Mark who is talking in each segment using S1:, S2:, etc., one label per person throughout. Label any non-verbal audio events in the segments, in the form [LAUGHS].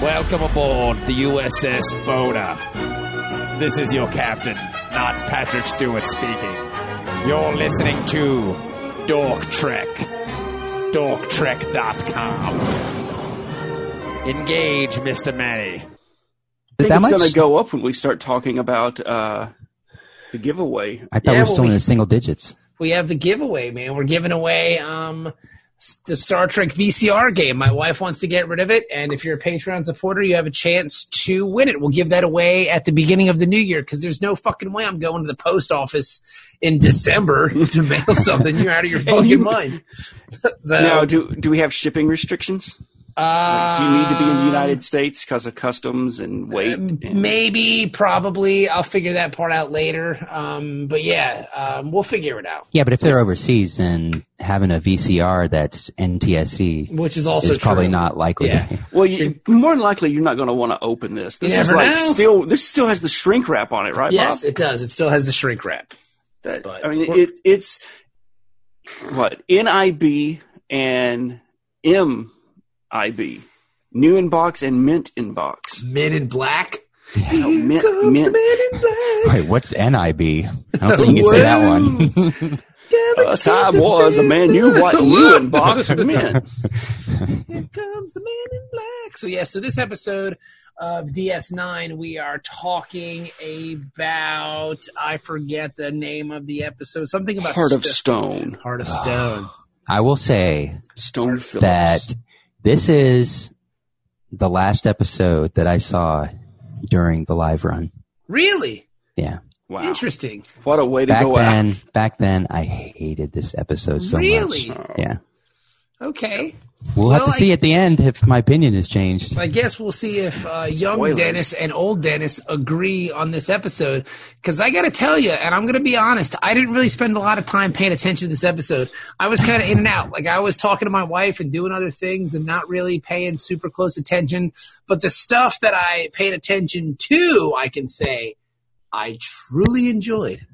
S1: Welcome aboard the USS Boda. This is your captain, not Patrick Stewart speaking. You're listening to Dork Trek. DorkTrek.com. Engage, Mr. Manny.
S2: Is it
S3: think
S2: that
S3: it's
S2: much?
S3: going to go up when we start talking about uh, the giveaway.
S2: I thought
S4: Yeah,
S2: we were
S4: well,
S2: still in
S4: we-
S2: the single digits.
S4: we have the giveaway, man. We're giving away um s- the Star Trek VCR game. My wife wants to get rid of it, and if you're a Patreon supporter, you have a chance to win it. We'll give that away at the beginning of the new year because there's no fucking way I'm going to the post office in December [LAUGHS] to mail something. You're
S3: [LAUGHS]
S4: out of your fucking mind. [LAUGHS] so,
S3: Now, do do we have shipping restrictions? Like, do you need to be in the
S4: um,
S3: United States because of customs and weight? and-
S4: Maybe, probably. I'll figure that part out later. Um, but yeah, um, we'll figure it out.
S2: Yeah, but if they're overseas, then having a VCR that's NTSC
S4: Which is also
S2: is probably
S4: true.
S2: not likely.
S4: Yeah.
S3: well, you, more than likely, you're not going to want to open this. This
S4: You
S3: is
S4: never
S3: like
S4: know.
S3: still. This still has the shrink wrap on it, right?
S4: Yes,
S3: Bob?
S4: it does. It still has the shrink wrap.
S3: That-
S4: but
S3: I mean,
S4: we're-
S3: it, it's what NIB and MIB, new in box and mint in box.
S4: Men in Black.
S3: No, mint, mint.
S2: [LAUGHS]
S3: [LAUGHS]
S2: Wait, what's NIB? I don't think you can say that one.
S3: [LAUGHS] A time Uh, was a man you what you in box mint.
S4: [LAUGHS] Here comes the Man in Black. So yeah, so this episode of DS9, we are talking about I forget the name of the episode. Something about
S3: Heart of
S4: sto-
S3: stone.
S4: Heart
S3: [SIGHS]
S4: of Stone.
S2: [LAUGHS] I will say
S3: Stone Phillips.
S2: that this is the last episode that I saw during the live run.
S4: really
S2: Yeah.
S3: wow.
S4: interesting.
S3: What a way to
S2: Back
S3: go
S2: then,
S3: out.
S2: back then, I hated this episode so
S4: really?
S2: much. Yeah.
S4: Okay.
S2: We'll, have
S4: Well,
S2: to
S4: I-
S2: see at the end if my opinion has changed.
S4: I guess we'll see if uh, young
S3: Spoilers.
S4: Dennis and old Dennis agree on this episode. Because I got to tell you, and I'm going to be honest, I didn't really spend a lot of time paying attention to this episode. I was kind of in and out. Like I was talking to my wife and doing other things and not really paying super close attention. But the stuff that I paid attention to, I can say I truly enjoyed.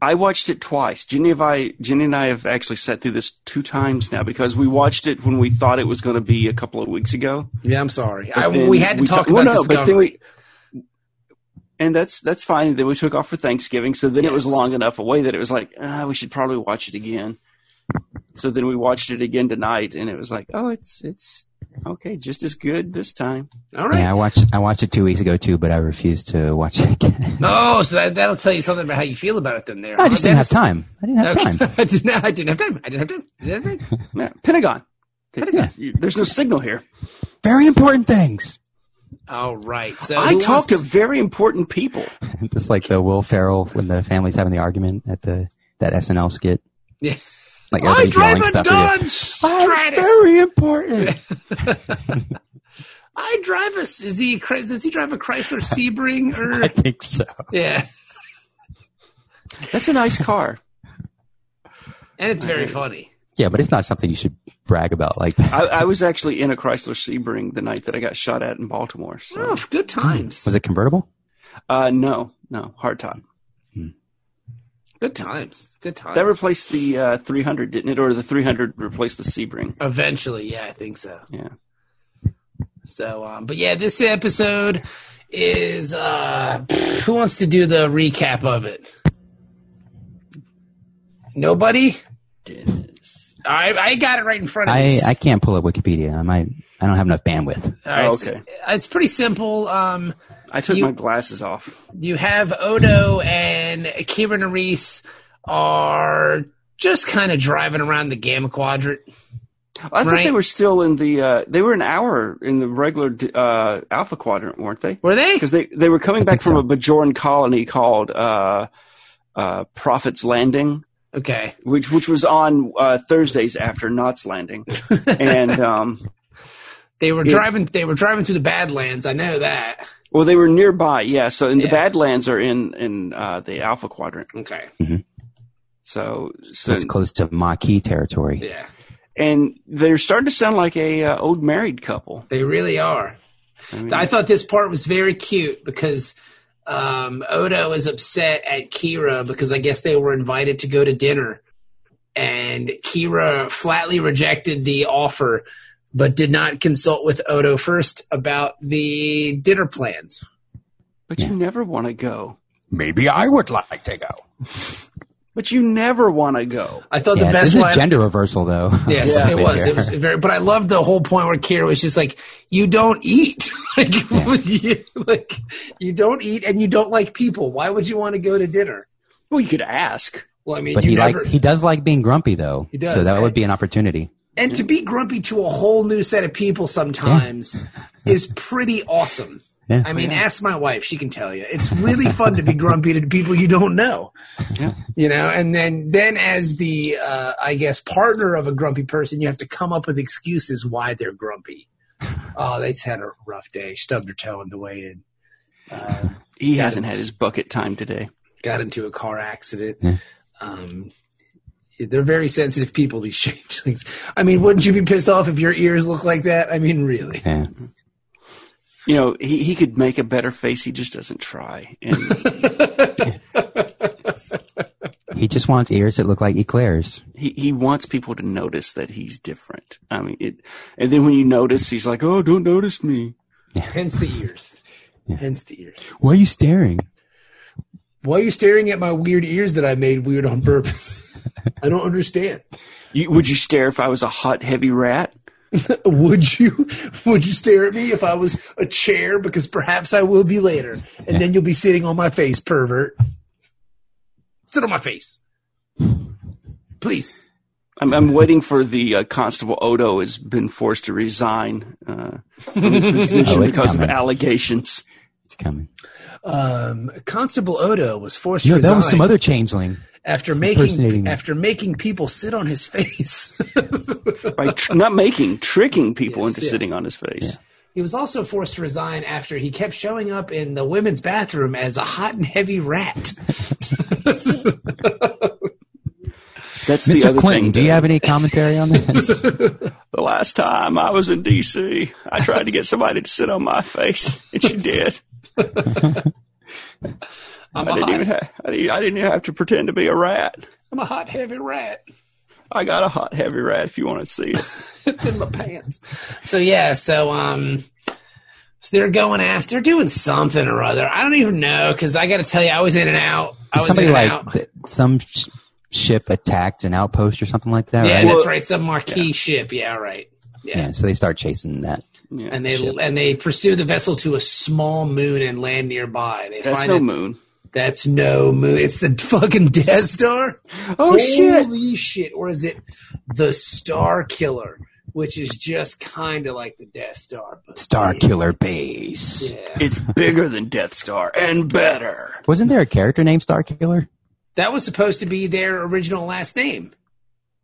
S3: I watched it twice. Jenny and I, Jenny and I have actually sat through this two times now because we watched it when we thought it was going to be a couple of weeks ago.
S4: Yeah, I'm sorry. I,
S3: But then
S4: we had to talk
S3: ta- well,
S4: about
S3: no,
S4: Discovery.
S3: but then we, and that's that's fine. Then we took off for Thanksgiving, so then it was
S4: Yes.
S3: long enough away that it was like ah, we should probably watch it again. So then we watched it again tonight, and it was like, oh, it's it's okay, just as good this time.
S4: All right.
S2: Yeah, I watched I watched it two weeks ago too, but I refused to watch it
S4: [LAUGHS]
S2: again.
S4: Oh, so that, that'll tell you something about how you feel about it then there.
S2: I just didn't have
S4: Dennis-
S2: time. I didn't have
S4: Okay. [LAUGHS]
S2: time.
S4: I, didn't, I didn't have time. I didn't have time. I didn't have time.
S3: Yeah, Pentagon.
S2: Pentagon.
S3: You- There's no signal here.
S2: Very important things.
S4: [LAUGHS] All right. So
S3: I
S4: Uh, who wants
S3: talk to very important people.
S2: [LAUGHS] Just like the Will Ferrell when the family's having the argument at the that SNL skit.
S4: Yeah.
S2: [LAUGHS] Like
S4: I
S2: everybody's
S4: drive
S2: yelling
S4: a
S2: stuff at you.
S4: Dodge
S2: I'm
S4: Stratus.
S2: very important. [LAUGHS]
S4: I drive a. Is he? Chry- Does he drive a Chrysler Sebring
S2: I
S4: [LAUGHS] or?
S2: think so.
S4: Yeah.
S3: That's a nice car.
S4: And it's very funny.
S2: Yeah, but it's not something you should brag about like that.
S3: I, I was actually in a Chrysler Sebring the night that I got shot at in Baltimore. So,
S4: Oh, good times.
S2: Was it convertible?
S3: uh, no, no, hard time.
S4: Good times. Good times.
S3: That replaced the uh, 300, didn't it? Or the 300 replaced the Sebring?
S4: Eventually, yeah, I think so.
S3: Yeah.
S4: So, um, but yeah, this episode is. uh Who wants to do the recap of it? Nobody. I I got it right in front of
S2: I,
S4: me.
S2: I can't pull up Wikipedia. I might I don't have enough bandwidth.
S4: All right,
S3: Oh,
S4: so-
S3: okay.
S4: it's pretty simple. Um,
S3: I took
S4: You-
S3: my glasses off.
S4: you have Odo and Kieran and Reese are just kind of driving around the Gamma Quadrant.
S3: I thought they
S4: Right.
S3: were still in the. Uh, they were an hour in the regular uh, Alpha Quadrant, weren't they?
S4: Were they?
S3: Because they they were coming back
S2: think
S3: from
S2: so.
S3: a Bajoran colony called uh, uh, Prophet's Landing.
S4: Okay.
S3: which which was on uh, Thursdays after
S2: [LAUGHS]
S3: Knots Landing, and um,
S4: They were
S3: Yeah.
S4: driving. They were driving through the Badlands. I know that.
S3: well, they were nearby, yeah. So in the
S4: Yeah.
S3: Badlands are in in uh, the Alpha Quadrant,
S4: Okay.
S3: so so
S2: That's close to Maquis territory.
S4: Yeah,
S3: and they're starting to sound like a uh, old married couple.
S4: they really are.
S3: I mean,
S4: I thought this part was very cute because um, Odo is upset at Kira because I guess they were invited to go to dinner, and Kira flatly rejected the offer. but did not consult with Odo first about the dinner plans.
S3: But you never want to go.
S5: Maybe I would like to go.
S3: But you never want to go.
S4: I thought
S2: yeah,
S4: the
S2: this
S4: best
S2: is
S4: line.
S2: a gender reversal, though. [LAUGHS]
S4: Yes,
S2: Yeah.
S4: it was. It was very. But I loved the whole point where Kira was just like, "You don't eat, [LAUGHS] like, you, [LAUGHS] like you don't eat, and you don't like people. Why would you want to go to dinner?"
S3: Well, you could ask.
S4: Well, I mean,
S2: But
S4: you
S2: he
S4: never,
S2: likes he does like being grumpy though.
S4: He does,
S2: So that
S4: eh?
S2: would be an opportunity.
S4: and to be grumpy to a whole new set of people sometimes is pretty awesome.
S2: Yeah.
S4: I mean, ask my wife; she can tell you. It's really fun to be grumpy to people you don't know.
S3: Yeah.
S4: You know, and then then as the uh, I guess partner of a grumpy person, you have to come up with excuses why
S2: [LAUGHS]
S4: they're grumpy. Oh, they just had a rough day. Stubbed her toe on the way in. Uh,
S3: He hasn't had his bucket time today.
S4: got into a car accident.
S2: Yeah.
S4: Um, they're very sensitive people, these [LAUGHS] changelings. I mean, wouldn't you be pissed off if your ears look like that? I mean, really?
S2: Yeah.
S3: You know, he, he could make a better face. He just doesn't try. And
S2: He just wants ears that look like eclairs.
S3: he, he wants people to notice that he's different. I mean, it, and then when you notice, he's like, oh, don't notice me.
S4: Hence the ears. Hence the ears.
S2: Why are you staring?
S4: Why are you staring at my weird ears that I made weird on purpose? I don't understand. [LAUGHS]
S3: You, would you stare if I was a hot, heavy rat?
S4: Would you would you stare at me if I was a chair? Because perhaps I will be later. And then you'll be sitting on my face, pervert. Sit on my face. Please.
S3: I'm, I'm waiting for the uh, Constable Odo has been forced to resign uh,
S2: [LAUGHS]
S3: from his position
S2: Oh, it's
S3: because
S2: coming.
S3: of allegations.
S2: It's coming.
S4: Um, Constable Odo was forced
S2: Yo,
S4: to
S2: that
S4: resign
S2: was some other changeling.
S4: after
S2: impersonating
S4: making
S2: me.
S4: after making people sit on his [LAUGHS] face.
S3: By tr- not making, tricking people
S4: Yes,
S3: into
S4: yes.
S3: sitting on his face.
S4: he was also forced to resign after he kept showing up in the women's bathroom as a hot and heavy rat. [LAUGHS]
S3: That's the
S2: Mr.
S3: other
S2: Clinton,
S3: thing.
S2: do you
S3: though.
S2: have any commentary on
S4: [LAUGHS]
S2: this?
S3: The last time I was in D.C., I tried to get somebody to sit on my face, and she [LAUGHS] did.
S4: I'm
S3: I
S4: a,
S3: didn't
S4: hot,
S3: even ha- I didn't, I didn't even have to pretend to be a rat.
S4: I'm a hot heavy rat.
S3: I got a hot, heavy rat. If you want to see it,
S4: It's in my pants. So yeah, so um, so they're going after, they're doing something or other. I don't even know because I got to tell you, I was in and out. I was
S2: Somebody
S4: in
S2: like
S4: and out.
S2: th- some sh- ship attacked an outpost or something like that,
S4: yeah,
S2: right?
S4: that's right. Some marquee ship. Yeah, all right. Yeah.
S2: Yeah, so they start chasing that.
S3: yeah.
S4: and they
S2: ship.
S4: and they pursue the vessel to a small moon and land nearby. They
S3: that's
S4: find
S3: no
S4: it-
S3: moon.
S4: That's no moon. It's the [LAUGHS] fucking Death Star.
S3: Oh shit!
S4: Holy shit! Or is it the Star Killer, which is just kind of like the Death Star? But
S2: Star Killer Base.
S4: Yeah.
S3: It's bigger than Death Star and better.
S2: Wasn't there a character named Star Killer?
S4: That was supposed to be their original last name.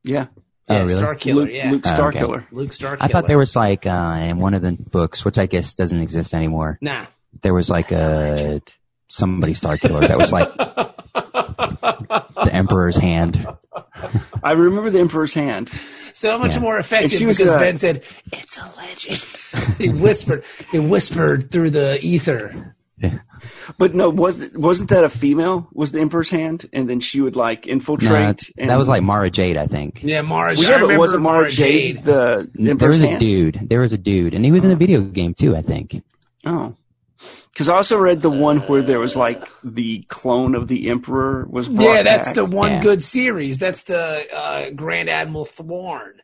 S3: Yeah,
S2: Oh,
S4: Yeah,
S2: really?
S4: Star Killer.
S3: Luke,
S4: yeah,
S3: Luke
S2: Oh,
S3: Starkiller.
S2: okay.
S4: Luke Star
S2: I
S4: Killer.
S2: thought there was like uh, in one of the books, which I guess doesn't exist anymore.
S4: nah.
S2: There was like a somebody Star Killer that was
S3: [LAUGHS]
S2: like the Emperor's hand.
S3: I remember the Emperor's hand.
S4: So much
S2: Yeah.
S4: more
S3: And
S4: effective
S3: she was,
S4: because
S3: uh,
S4: Ben said it's a legend. [LAUGHS] he whispered. He whispered through the ether.
S3: But no, was wasn't that a female? Was the Emperor's hand, and then she would like infiltrate.
S2: No,
S3: and,
S2: that was like Mara Jade, I think.
S4: Yeah, Mara.
S3: Well,
S4: I
S3: yeah, but
S4: remember
S3: wasn't Mara Jade, the
S2: There
S3: Emperor's
S2: was a
S3: hand?
S2: dude. There was a dude, and he was in a video game too, I think.
S3: Oh. Because I also read the one where there was like the clone of the Emperor was brought
S4: Yeah, that's
S3: back.
S4: the one
S2: Yeah.
S4: good series. That's the uh, Grand Admiral Thorn.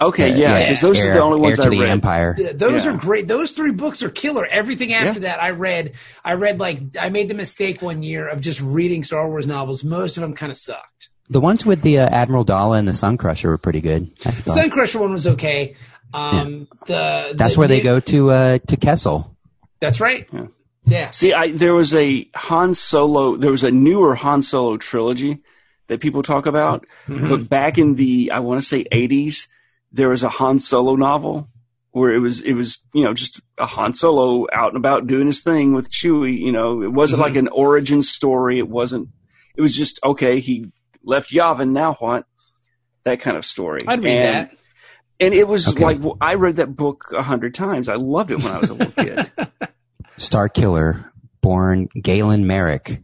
S3: Okay, yeah,
S2: yeah.
S3: because those
S2: Uh, Heir-
S3: are the only ones
S2: heir to
S3: I
S2: the
S3: read.
S2: Empire.
S4: Th- Those
S3: Yeah.
S4: are great. Those three books are killer. Everything after that, I read. I read like I made the mistake one year of just reading Star Wars novels. Most of them kind of sucked.
S2: The ones with the uh, Admiral Dala and the Sun Crusher were pretty good. I thought.
S4: Sun Crusher one was okay. Um, the
S2: That's
S4: the
S2: where they
S4: new-
S2: go to uh, to Kessel.
S4: That's right.
S3: Yeah.
S4: Yeah.
S3: See, I there was a Han Solo, there was a newer Han Solo trilogy that people talk about,
S4: Mm-hmm.
S3: but back in the I want to say 80s, there was a Han Solo novel where it was it was, you know, just a Han Solo out and about doing his thing with Chewie, you know, it
S4: Mm-hmm.
S3: wasn't like an origin story, it wasn't it was just okay, he left Yavin, now what? That kind of story.
S4: I'd read
S3: and,
S4: that.
S3: And it was
S2: Okay.
S3: like I read that book a hundred times. I loved it when I was a little kid.
S4: [LAUGHS]
S2: Star Killer, born Galen Merrick,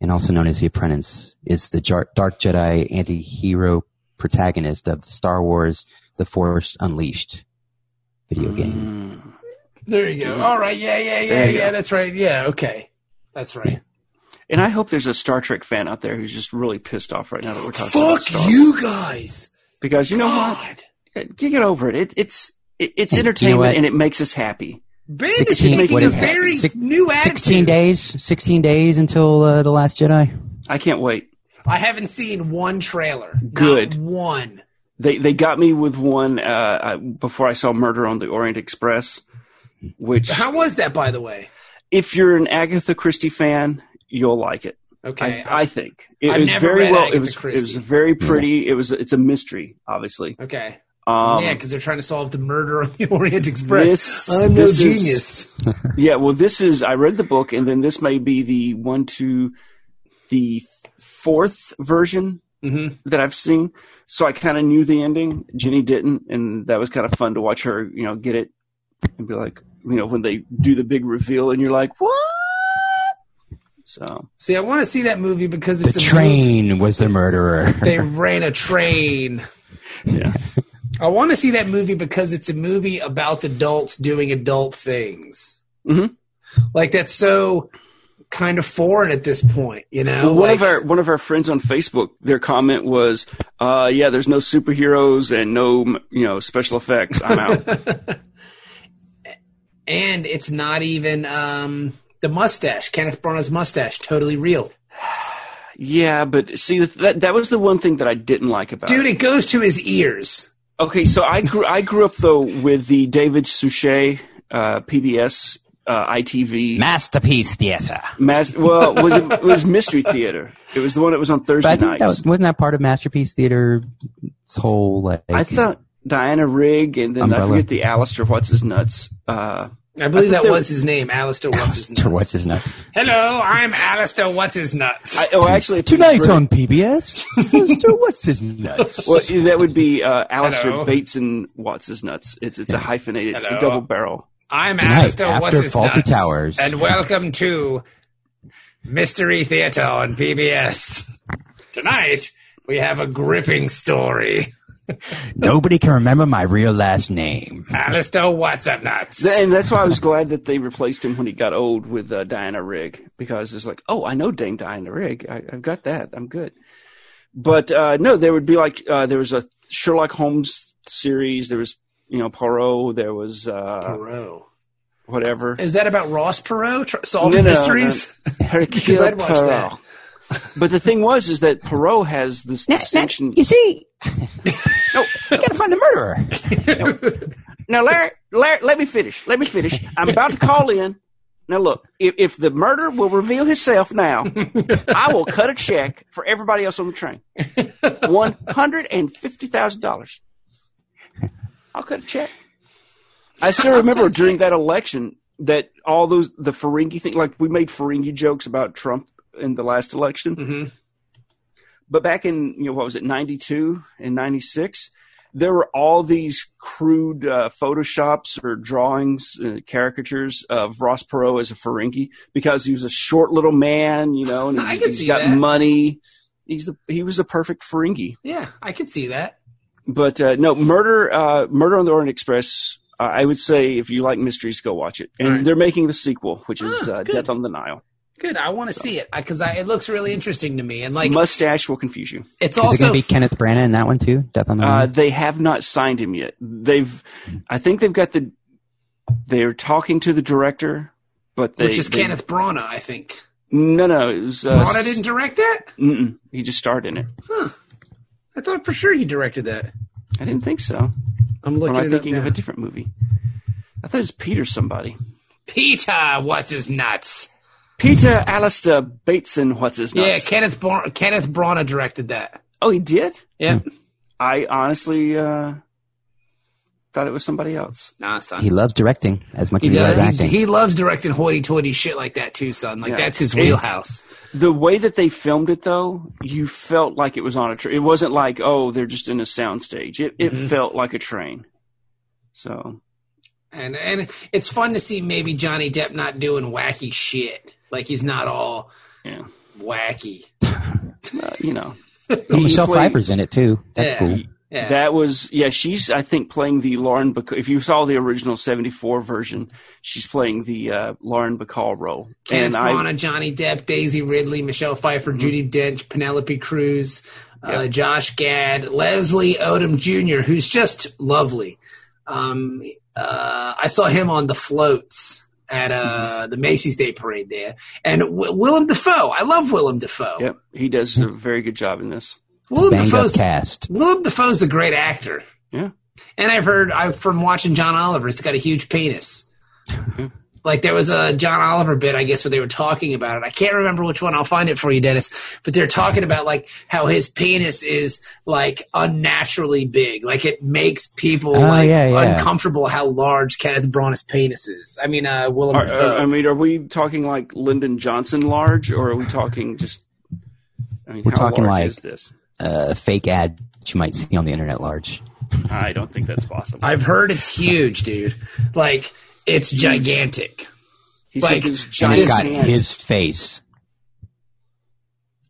S2: and also known as the Apprentice, is the jar- Dark Jedi anti-hero protagonist of Star Wars: The Force Unleashed. video game.
S4: There you go. All right. Yeah, yeah, yeah,
S3: There you
S4: yeah.
S3: go.
S4: That's right. Yeah, okay. That's right.
S3: And I hope there's a Star Trek fan out there who's just really pissed off right now that we're talking about
S4: Fuck
S3: Star Wars.
S4: you guys.
S3: because you know what?
S4: God.
S3: You get over it. it it's it, it's
S2: Hey, you know
S3: entertainment
S2: what?
S3: and it makes us happy.
S4: Ben is
S2: 16
S4: taking
S2: what
S4: a
S2: is that?
S4: very
S2: Six-
S4: new attitude.
S2: 16 days, 16 days until uh, the last Jedi.
S3: I can't wait.
S4: I haven't seen one trailer. Not
S3: Good.
S4: one.
S3: They they got me with one uh, I- before I saw Murder on the Orient Express, which
S4: How was that, by the way?
S3: if you're an Agatha Christie fan, you'll like it.
S4: Okay.
S3: I, I think it
S4: I've
S3: was
S4: never
S3: very
S4: read
S3: well.
S4: Agatha
S3: it was it was
S4: Christie.
S3: very pretty. It was it's a mystery, obviously.
S4: okay.
S3: Um,
S4: yeah, because they're trying to solve the murder on the [LAUGHS] Orient Express.
S3: This-
S4: I'm no
S3: this is-
S4: genius.
S3: Yeah, well, this is. I read the book, and then this may be the one to the fourth version
S4: hmm
S3: that I've seen. So I kind of knew the ending. Jenny didn't, and that was kind of fun to watch her, you know, get it and be like, you know, when they do the big reveal, and you're like, what? So
S4: See, I want to see that movie because
S2: The
S4: it's a movie-
S2: train was the murderer. [LAUGHS]
S4: They ran a train.
S3: yeah,
S4: I want to see that movie because it's a movie about adults doing adult things.
S3: Mhm.
S4: Like that's so kind of foreign at this point, you know.
S3: Well, one
S4: Oh, like,
S3: of our one of our friends on Facebook, their comment was, uh, "Yeah, there's no superheroes and no, you know, special effects. I'm
S4: [LAUGHS]
S3: out."
S4: and it's not even um, the mustache, Kenneth Branagh's mustache, totally real,
S3: yeah, but see, that that was the one thing that I didn't like about it.
S4: dude. It goes to his ears.
S3: Okay, so I grew I grew up though with the David Suchet uh, PBS uh, ITV
S2: Masterpiece theater.
S3: mas- well was it, it was Mystery Theater. It was the one that was on
S2: But I
S3: Thursday
S2: think
S3: nights.
S2: that was, wasn't that part of Masterpiece Theater's whole like?
S3: I thought Diana Rigg and then I
S2: Umbrella.
S3: forget the Alistair what's his nuts. Uh,
S4: I believe
S3: thought
S4: that
S3: they
S4: was his name,
S2: [LAUGHS]
S4: Alistair. What's his
S2: Or
S4: nuts?
S2: what's his nuts?
S4: Hello, I'm Alistair. What's his nuts?
S3: I, oh, actually, if it was
S5: Tonight
S3: Rick-
S5: on
S2: [LAUGHS]
S5: PBS, Mr. What's His Nuts?
S3: well that would be uh, Alistair
S4: Hello.
S3: Bates and what's his nuts. It's it's a hyphenated. It's a
S4: Hello.
S3: double barrel.
S4: I'm
S2: Tonight,
S4: Alistair. What's
S2: after
S4: his
S2: Faulty
S4: nuts?
S2: Towers.
S4: and welcome to Mystery Theater on PBS. Tonight we have a gripping story.
S2: Nobody can remember my real last
S4: [LAUGHS]
S2: name.
S4: Alistair, what's a nuts?
S3: Th- And that's why I was glad that they replaced him when he got old with uh, Diana Rigg because it's like, oh, I know Dame Diana Rigg. I, I've got that. I'm good. But uh, no, there would be like uh, there was a Sherlock Holmes series. There was you know Poirot. There was uh,
S4: Perot.
S3: whatever.
S4: Is that about Ross Perot tr- solving
S3: No, no,
S4: mysteries?
S3: Hercule
S4: I'd watch that.
S3: Poirot. But the thing was, is that Perot has this distinction.
S2: you see,
S3: No,
S2: I gotta find the murderer.
S3: Now, Larry, Larry, let me finish. Let me finish. I'm about to call in. Now, look, if, if the murderer will reveal himself now, I will cut a check for everybody else on the train $150,000. I'll cut a check. I still remember during that election that all those, the Ferengi thing, like we made Ferengi jokes about Trump in the last election.
S4: Mhm.
S3: But back in, you know, what was it, 92 and 96, there were all these crude uh, photoshops or drawings, uh, caricatures of Ross Perot as a Ferengi because he was a short little man, you know, and
S4: [LAUGHS] I
S3: he's
S4: can
S3: he's
S4: see
S3: got
S4: that.
S3: money. He's the, he was the perfect Ferengi.
S4: yeah, I could see that.
S3: But uh, no, Murder uh, Murder on the Orient Express. Uh, I would say if you like mysteries, go watch it. And
S4: All right.
S3: they're making the sequel, which is
S4: Ah,
S3: uh,
S4: good.
S3: Death on the Nile.
S4: Good. I want to see it because I, it looks really interesting to me. And like,
S3: Mustache will confuse you.
S4: it's
S2: Is it
S4: also
S2: gonna be Kenneth Branagh in that one too? Death on the
S3: Uh,
S2: Nile?
S3: they have not signed him yet. They've, I think they've got the. They're talking to the director, but they.
S4: which is
S3: they-
S4: Kenneth Branagh, I think.
S3: No, no, it was. Uh,
S4: Branagh didn't direct that.
S3: Mm-mm, he just starred in it.
S4: I thought for sure he directed that.
S3: I didn't think so.
S4: I'm
S3: Or
S4: looking
S3: am I
S4: at
S3: thinking of a different movie? I thought it was Peter somebody.
S4: Peter, what's his nuts?
S3: Peter Alistair Bateson, what's his name?
S4: Yeah, Kenneth Bra- Kenneth Branagh directed that.
S3: oh, he did.
S4: Yeah.
S2: Hmm.
S3: I honestly uh, thought it was somebody else.
S4: Nah, son.
S2: he loves directing as much
S4: He
S2: as he loves
S4: does.
S2: acting.
S4: He, he loves directing hoity-toity shit like that too, son. Like
S3: Yeah.
S4: that's his
S3: And-
S4: wheelhouse.
S3: The way that they filmed it, though, you felt like it was on a train. It wasn't like, oh, they're just in a soundstage. It, it felt like a train. So,
S4: And and it's fun to see maybe Johnny Depp not doing wacky shit. Like he's not all
S3: yeah,
S4: wacky.
S3: uh, you know.
S2: Oh,
S3: He
S2: Michelle
S3: played-
S2: Pfeiffer's in it too. That's
S4: Yeah.
S2: cool.
S4: Yeah.
S3: That was yeah. She's I think playing the Lauren. Bacall, if you saw the original '74 version, she's playing the uh, Lauren Bacall role.
S4: Kenneth
S3: and I Mm-hmm.
S4: Branagh, Johnny Depp, Daisy Ridley, Michelle Pfeiffer, Judy Dench, Penelope Cruz, uh, Josh Gad, Leslie Odom Jr., who's just lovely. Um, uh, I saw him on the floats at
S3: Mm-hmm.
S4: uh, the Macy's Day Parade there, and w- Willem Dafoe. I love Willem Dafoe.
S3: yep, he does a very good job in this.
S4: Willem
S2: Banged up
S4: Dafoe's
S2: cast.
S4: Willem Dafoe's a great actor.
S3: Yeah.
S4: And I've heard I, from watching John Oliver, it's got a huge penis. like there was a John Oliver bit, I guess, where they were talking about it. I can't remember which one. I'll find it for you, Dennis. But they're talking about like how his penis is like unnaturally big. Like it makes people
S2: Oh,
S4: like
S2: yeah, yeah.
S4: uncomfortable how large Kenneth Branagh's penis is. I mean, uh, Willem
S3: Are- um,
S4: Dafoe.
S3: are- I mean, are we talking like Lyndon Johnson large, or are we talking just? I mean,
S2: We're
S3: how
S2: talking
S3: large
S2: like-
S3: is this?
S2: A uh, fake ad you might see on the internet large.
S3: I don't think that's possible.
S4: I've heard it's huge, dude. Like it's gigantic.
S3: He's
S4: like-
S3: got these
S2: And
S3: giant
S2: it's got
S3: hands.
S2: his face.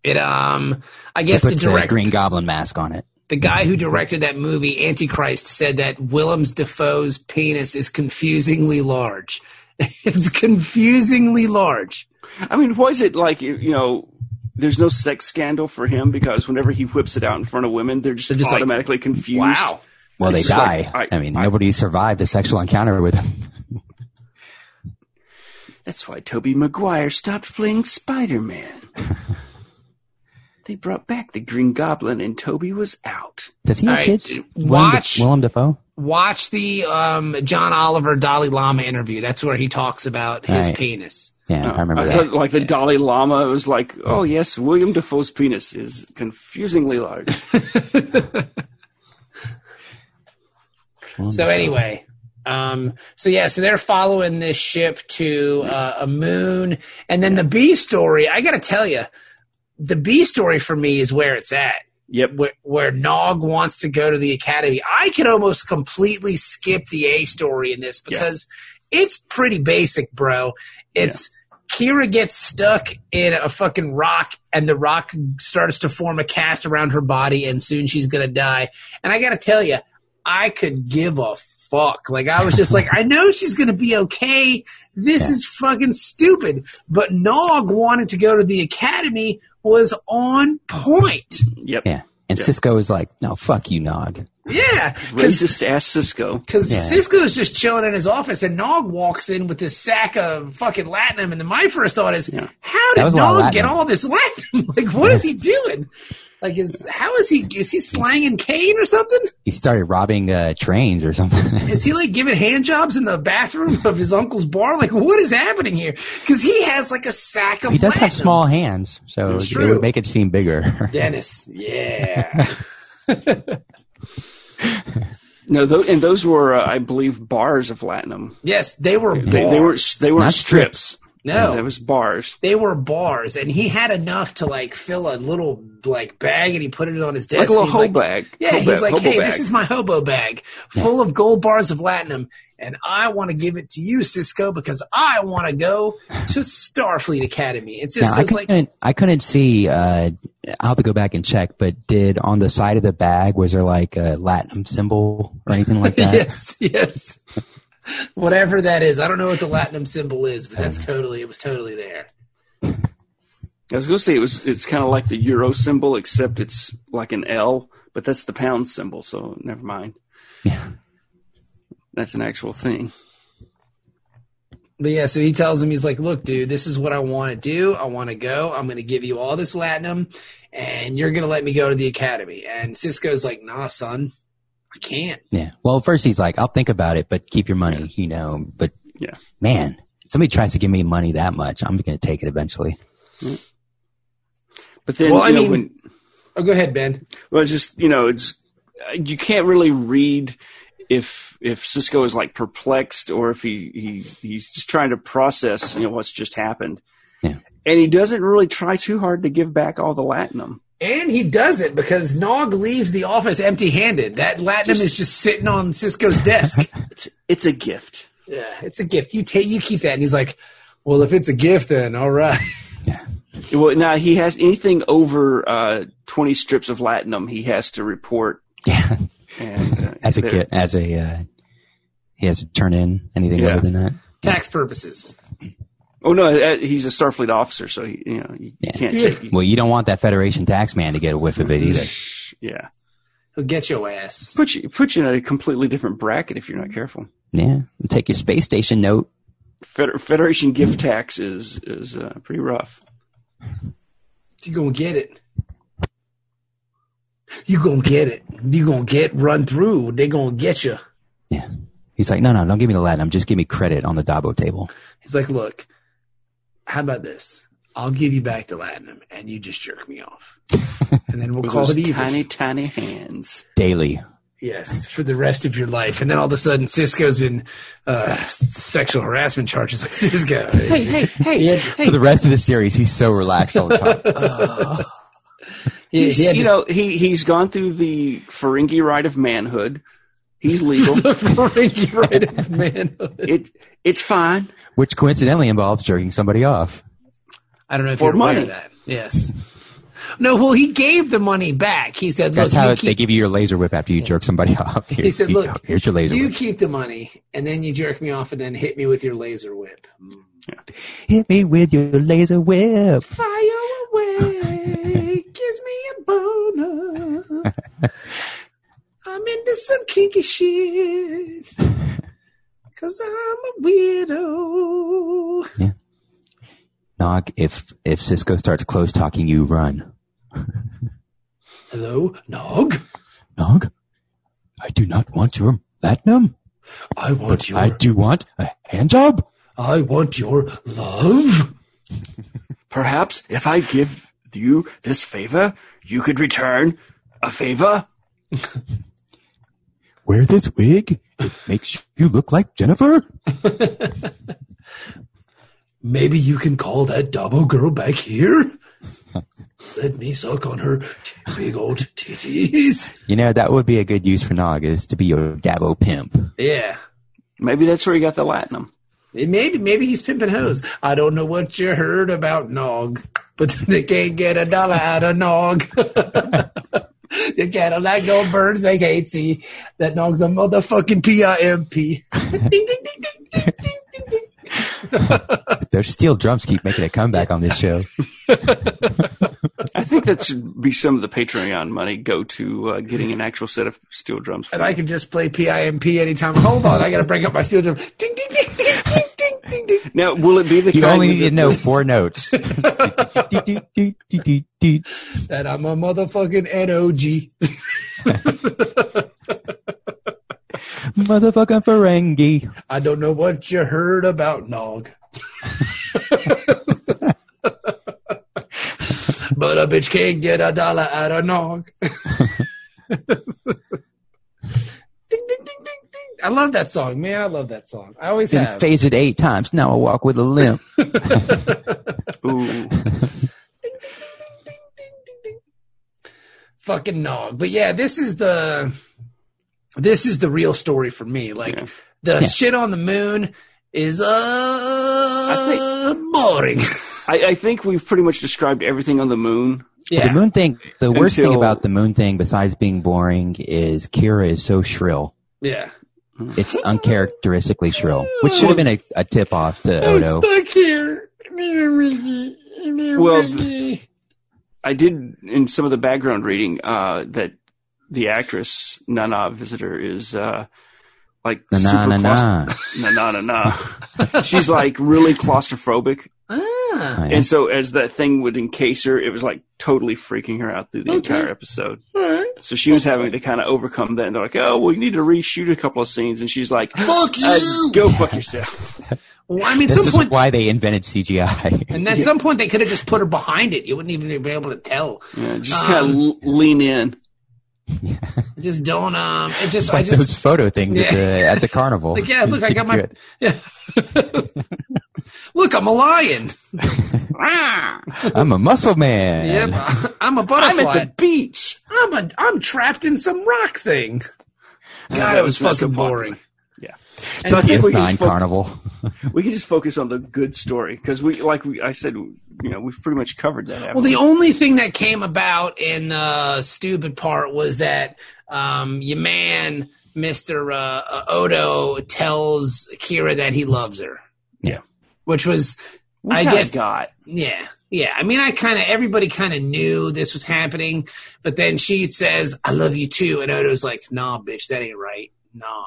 S4: It um, I
S2: He
S4: guess the
S2: puts the
S4: director.
S2: Green Goblin mask on it.
S4: the guy who directed that movie, Antichrist, said that Willems Defoe's penis is confusingly large. [LAUGHS] it's confusingly large.
S3: I mean, was it like you you know? There's no sex scandal for him because whenever he whips it out in front of women, they're just,
S4: They're just like,
S3: automatically confused.
S4: Wow.
S2: Well,
S3: It's
S2: they
S3: just
S2: die.
S3: like, I-
S2: I, mean, nobody survived a sexual encounter with him.
S3: That's why Toby Maguire stopped playing Spider Man.
S2: [LAUGHS]
S3: they brought back the Green Goblin and Toby was out.
S2: Does he
S4: All
S2: have
S4: right,
S2: kids?
S4: watch-
S2: Willem, Def- Willem Dafoe?
S4: Watch the um, John Oliver Dalai Lama interview. That's where he talks about his
S2: Right.
S4: penis.
S2: Yeah, I remember
S3: Oh. I
S2: that.
S3: thought, like the Dalai Lama was like, oh yes, William Defoe's penis is confusingly large.
S2: Willem
S4: So
S2: Dafoe.
S4: anyway, um, so yeah, so they're following this ship to uh, a moon, and then the B story. I got to tell you, the B story for me is where it's at.
S3: yep.
S4: where, where Nog wants to go to the academy. I could almost completely skip the A story in this because it's pretty basic, bro. It's Kira gets stuck in a fucking rock, and the rock starts to form a cast around her body, and soon she's gonna die. And I gotta tell you, I could give a fuck. Like I was just like, I know she's gonna be okay. This is fucking stupid. But Nog wanted to go to the academy was on point.
S3: Yep.
S2: Yeah. And
S3: Yeah.
S2: Cisco is like, no, fuck you, Nog.
S4: Yeah, because
S3: Racist ass Cisco.
S2: Yeah.
S4: Cisco's just chilling in his office, and Nog walks in with this sack of fucking latinum, and then my first thought is,
S3: Yeah.
S4: how
S2: That
S4: did
S2: was a lot of
S4: Nog get
S2: latinum.
S4: all this latinum? [LAUGHS] like, what is he doing? Like, is how is he? Is he slanging cane or something?
S2: He started robbing uh, trains or something. [LAUGHS]
S4: Is he like giving hand jobs in the bathroom of his uncle's bar? Like, what is happening here? Because he has like a sack of.
S2: he does have
S4: latinum.
S2: small hands, so
S4: That's
S2: it
S4: true.
S2: would make it seem
S3: [LAUGHS]
S2: bigger. [LAUGHS]
S4: Dennis. Yeah.
S3: No, tho- and those were, uh, I believe, bars of latinum.
S4: yes, they were. Bars.
S3: They, they were they were
S2: Not
S3: strips.
S2: strips.
S4: no.
S3: That was bars.
S4: they were bars, and he had enough to like fill a little like bag, and he put it on his desk.
S3: Like a little
S4: He's
S3: hoe
S4: like-
S3: bag.
S4: Yeah,
S3: Hoe
S4: he's
S3: bag-
S4: like,
S3: hobo
S4: "Hey,
S3: bag.
S4: this is my hobo bag full of gold bars of latinum, and I want to give it to you, Cisco, because I want to go to Starfleet Academy." And
S2: Now, I
S4: Cisco's like, [LAUGHS]
S2: couldn't, I couldn't see. Uh, I'll have to go back and check. But did on the side of the bag was there like a latinum symbol or anything
S3: [LAUGHS]
S2: like that?
S4: "Yes, yes, [LAUGHS] whatever that is. I don't know what the latinum symbol is, but that's totally it was totally there."
S3: I was going to say it was. It's kind of like the euro symbol, except it's like an L, but that's the pound symbol. So never mind.
S2: Yeah.
S3: That's an actual thing.
S4: But yeah, so he tells him, he's like, look, dude, this is what I want to do. I want to go. I'm going to give you all this latinum, and you're going to let me go to the academy. And Cisco's like, nah, son, I can't.
S2: Yeah. Well, first he's like, "I'll think about it, but keep your money," you know. But
S3: Yeah.
S2: man, somebody tries to give me money that much, I'm going to take it eventually. [LAUGHS]
S3: But then
S4: Well, I
S3: you know
S4: mean-
S3: when
S4: Oh, go ahead, Ben.
S3: well, it's just you know it's uh, you can't really read if if Cisco is like perplexed or if he, he he's just trying to process you know what's just happened.
S2: Yeah.
S3: And he doesn't really try too hard to give back all the latinum.
S4: And he does it because Nog leaves the office empty handed. That latinum
S3: Just-
S4: is just sitting on Cisco's desk.
S3: It's a gift.
S4: yeah, it's a gift. You take, you keep that. And he's like, well, if it's a gift, then all right. [LAUGHS]
S3: Well, now he has anything over uh, twenty strips of latinum, he has to report
S2: Yeah.
S3: And, uh,
S2: [LAUGHS] as a
S3: there-
S2: kid, as a uh, he has to turn in anything
S3: Yeah.
S2: other than that.
S4: Tax purposes.
S3: Oh no, uh, he's a Starfleet officer, so he, you know you
S2: Yeah. [LAUGHS]
S3: can't take.
S2: Well, you don't want that Federation tax man to get a whiff of it either.
S3: Yeah,
S4: He'll get your ass.
S3: put you put you in a completely different bracket if you're not careful.
S2: Yeah, take your space station note.
S3: Feder- Federation gift tax is is uh, pretty rough.
S4: You gonna get it. You gonna get it. You gonna get run through. They gonna get you.
S2: Yeah, he's like, no, no, don't give me the Latinum. Just give me credit on the Dabo table.
S4: He's like, look, how about this? I'll give you back the Latinum, and you just jerk me off, and then
S3: [LAUGHS]
S4: we'll
S3: With
S4: call
S3: those
S4: it even.
S3: tiny tiny hands.
S2: daily.
S4: Yes, for the rest of your life. And then all of a sudden, Cisco's been uh, sexual harassment charges. Like Cisco, he
S2: hey, hey,
S4: Yeah.
S2: For the rest of the series, he's so relaxed all the time.
S4: [LAUGHS] he
S3: He's,
S4: had
S3: you
S4: to-
S3: know, he he's gone through the Ferengi rite of manhood. He's legal.
S4: [LAUGHS] the Ferengi right of [LAUGHS] manhood.
S3: it it's fine.
S2: Which coincidentally involves jerking somebody off.
S4: I don't know if
S3: For
S4: you're aware
S3: money.
S4: of that. Yes. No, well, he gave the money back. He said,
S2: That's
S4: look,
S2: how
S4: you
S2: it- they
S4: keep,
S2: give you your laser whip after you jerk somebody [LAUGHS] off. Here,
S4: He said,
S2: you
S4: look,
S2: go. here's your laser
S4: you
S2: whip.
S4: keep the money, and then you jerk me off and then hit me with your laser whip.
S2: Hit me with your laser whip.
S4: Fire away, gives me a boner. I'm into some kinky shit. Cause I'm a weirdo.
S2: Nog, if if Cisco starts close talking, you run.
S4: Hello, Nog.
S2: Nog, I do not want your platinum,
S4: I
S2: but
S4: want your
S2: I do want a hand job.
S4: I want your love.
S3: Perhaps if I give you this favor, you could return a favor.
S2: Wear this wig; it makes you look like Jennifer.
S4: Maybe you can call that Dabo girl back here. Let me suck on her big old titties.
S2: You know that would be a good use for Nog is to be your Dabo pimp.
S4: Yeah.
S3: Maybe that's where he got the latinum.
S4: It- Maybe maybe he's pimping hoes. I don't know what you heard about Nog, but [LAUGHS] they can't get a dollar out of Nog. [LAUGHS] the Cadillac don't burns they can't see that Nog's a motherfucking PIMP. ding, ding, ding, ding, ding, ding, ding, ding.
S2: Their steel drums keep making a comeback on this
S4: [LAUGHS]
S2: show.
S3: I think that should be some of the Patreon money go to uh, getting an actual set of steel drums. For
S4: And I
S3: you.
S4: can just play PIMP anytime. Hold on, I gotta break up my steel drum. Ding ding ding ding ding ding ding ding.
S3: now, will it be the
S2: You
S3: kind
S2: only
S3: that-
S2: need to know four
S4: [LAUGHS]
S2: notes.
S4: That I'm a motherfucking NOG.
S2: Motherfucking Ferengi.
S4: I don't know what you heard about Nog. [LAUGHS] but a bitch can't get a dollar out of Nog. ding, ding, ding, ding, ding. I love that song, man. I love that song. I always
S2: Then
S4: have.
S2: phase it eight times. Now I walk with a limp.
S3: Ooh.
S4: Fucking Nog. But yeah, this is the this is the real story for me. Like
S3: Yeah.
S4: the shit on the moon is uh boring.
S3: I, I think we've pretty much described everything on the moon.
S2: The moon thing, the worst thing
S3: Until-
S2: about the moon thing, besides being boring, is Kira is so shrill.
S4: Yeah. [LAUGHS]
S2: It's uncharacteristically shrill, which should have been a, a tip off to Odo.
S4: stuck here. Well,
S3: Well, I did in some of the background reading uh, that the actress Nana Visitor is uh, like
S2: Na na
S3: super
S2: na
S3: claustro-
S2: na.
S3: na na na
S2: [LAUGHS]
S3: na. She's like really claustrophobic,
S4: ah,
S2: Oh, yeah.
S3: and so as that thing would encase her, it was like totally freaking her out through the
S4: Okay.
S3: entire episode.
S4: all right.
S3: So she was having to kind of overcome that, and they're like, "Oh, well, you need to reshoot a couple of scenes," and she's like,
S4: Fuck
S3: uh,
S4: you!
S3: "Go fuck yourself."
S4: Well, I mean, at
S2: This
S4: some
S2: is
S4: point,
S2: why they invented [LAUGHS] CGI.
S4: and at some point, they could have just put her behind it. You wouldn't even be able to tell.
S3: Yeah, just kind of
S4: Um,
S3: lean in.
S4: Just don't. Um, it just, I
S2: Like
S4: just
S2: those photo things at
S4: Yeah.
S2: the at the carnival.
S4: Like, yeah, look, I got my-
S2: You're-
S4: Yeah. Look, I'm a
S2: [LAUGHS]
S4: lion.
S2: I'm a muscle man.
S4: Yep, [LAUGHS] I'm a butterfly. I'm at the beach. I'm a. I'm trapped in some rock thing. God,
S3: that
S4: it was
S3: was nice
S4: fucking
S3: and popular.
S4: boring.
S3: So I think
S2: It's
S3: we can
S2: nine
S3: just focus
S2: carnival.
S3: we can just focus on the good story because we like we, I said you know we've pretty much covered that.
S4: Well, the only thing that came about in the stupid part was that um, your man, Mister uh, uh, Odo, tells Kira that he loves her.
S2: Yeah.
S4: which was, I
S3: kinda
S4: guess,
S3: got
S4: yeah, yeah. I mean, I kind of everybody kind of knew this was happening, but then she says, "I love you too," and Odo's like, "Nah, bitch, that ain't right. Nah."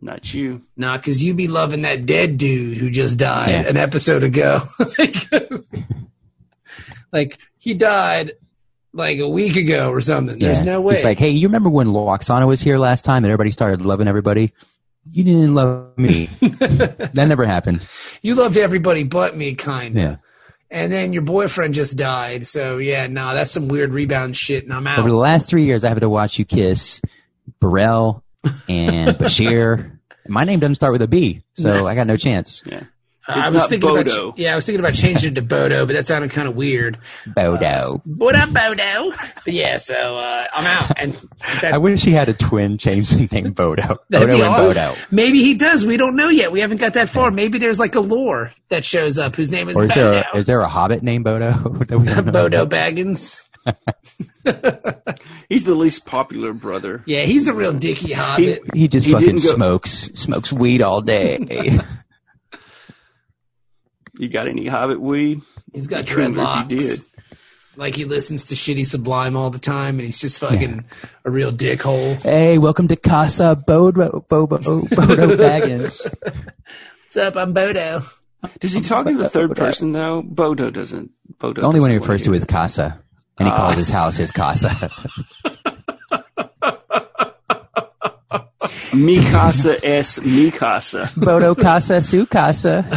S3: not you.
S4: Nah, cause you be loving that dead dude who just died
S2: Yeah.
S4: an episode ago. [LAUGHS] like, like, he died like a week ago or something. There's
S2: Yeah.
S4: no way.
S2: It's like, hey, you remember when Loxana was here last time and everybody started loving everybody? You didn't love
S4: [LAUGHS]
S2: me. that never happened.
S4: you loved everybody but me, kind.
S2: Yeah.
S4: And then your boyfriend just died. So yeah, nah, that's some weird rebound shit, and I'm out.
S2: Over the last three years, I have to watch you kiss Burrell
S4: [LAUGHS]
S2: and Bashir. My name doesn't start with a B, so I got no chance.
S4: Uh, I
S3: It's
S4: was
S3: not
S4: thinking
S3: Bodo.
S4: about yeah, I was thinking about changing it to Bodo, but that sounded kind of weird.
S2: Bodo.
S4: What up, Bodo? But yeah, so uh, I'm out. And
S2: [LAUGHS]
S4: that,
S2: I wish he had a twin change the name Bodo.
S4: That'd
S2: Odo
S4: be
S2: and
S4: awesome.
S2: Bodo.
S4: Maybe he does. We don't know yet. We haven't got that far. Maybe there's like a lore that shows up whose name is,
S2: Or is there,
S4: Bodo.
S2: a, is there a hobbit named Bodo? [LAUGHS] that we don't know
S4: [LAUGHS]
S2: [LAUGHS]
S4: Bodo
S2: about?
S4: Baggins.
S3: He's the least popular brother.
S4: Yeah, he's a real dicky hobbit.
S2: He just
S3: He
S2: fucking
S3: didn't go-
S2: smokes, smokes weed all day. [LAUGHS]
S3: You got any Hobbit weed?
S4: He's got
S3: Trim if you did.
S4: dreadlocks. Like he listens to shitty Sublime all the time, and he's just fucking a real dickhole.
S2: Hey, welcome to Casa Bodo, Bobo, Bodo
S4: [LAUGHS]
S2: Baggins.
S4: What's up? I'm Bodo. [LAUGHS]
S3: Does he talk in the third person though? Bodo doesn't. Bodo.
S2: the only one he
S3: doesn't wanna
S2: refers to
S3: hear.
S2: is Casa, and he calls
S4: Ah.
S2: his house his
S4: [LAUGHS]
S2: Casa.
S3: Mikasa S Mikasa.
S2: Bodo Casa, Su
S4: [LAUGHS]
S2: Casa.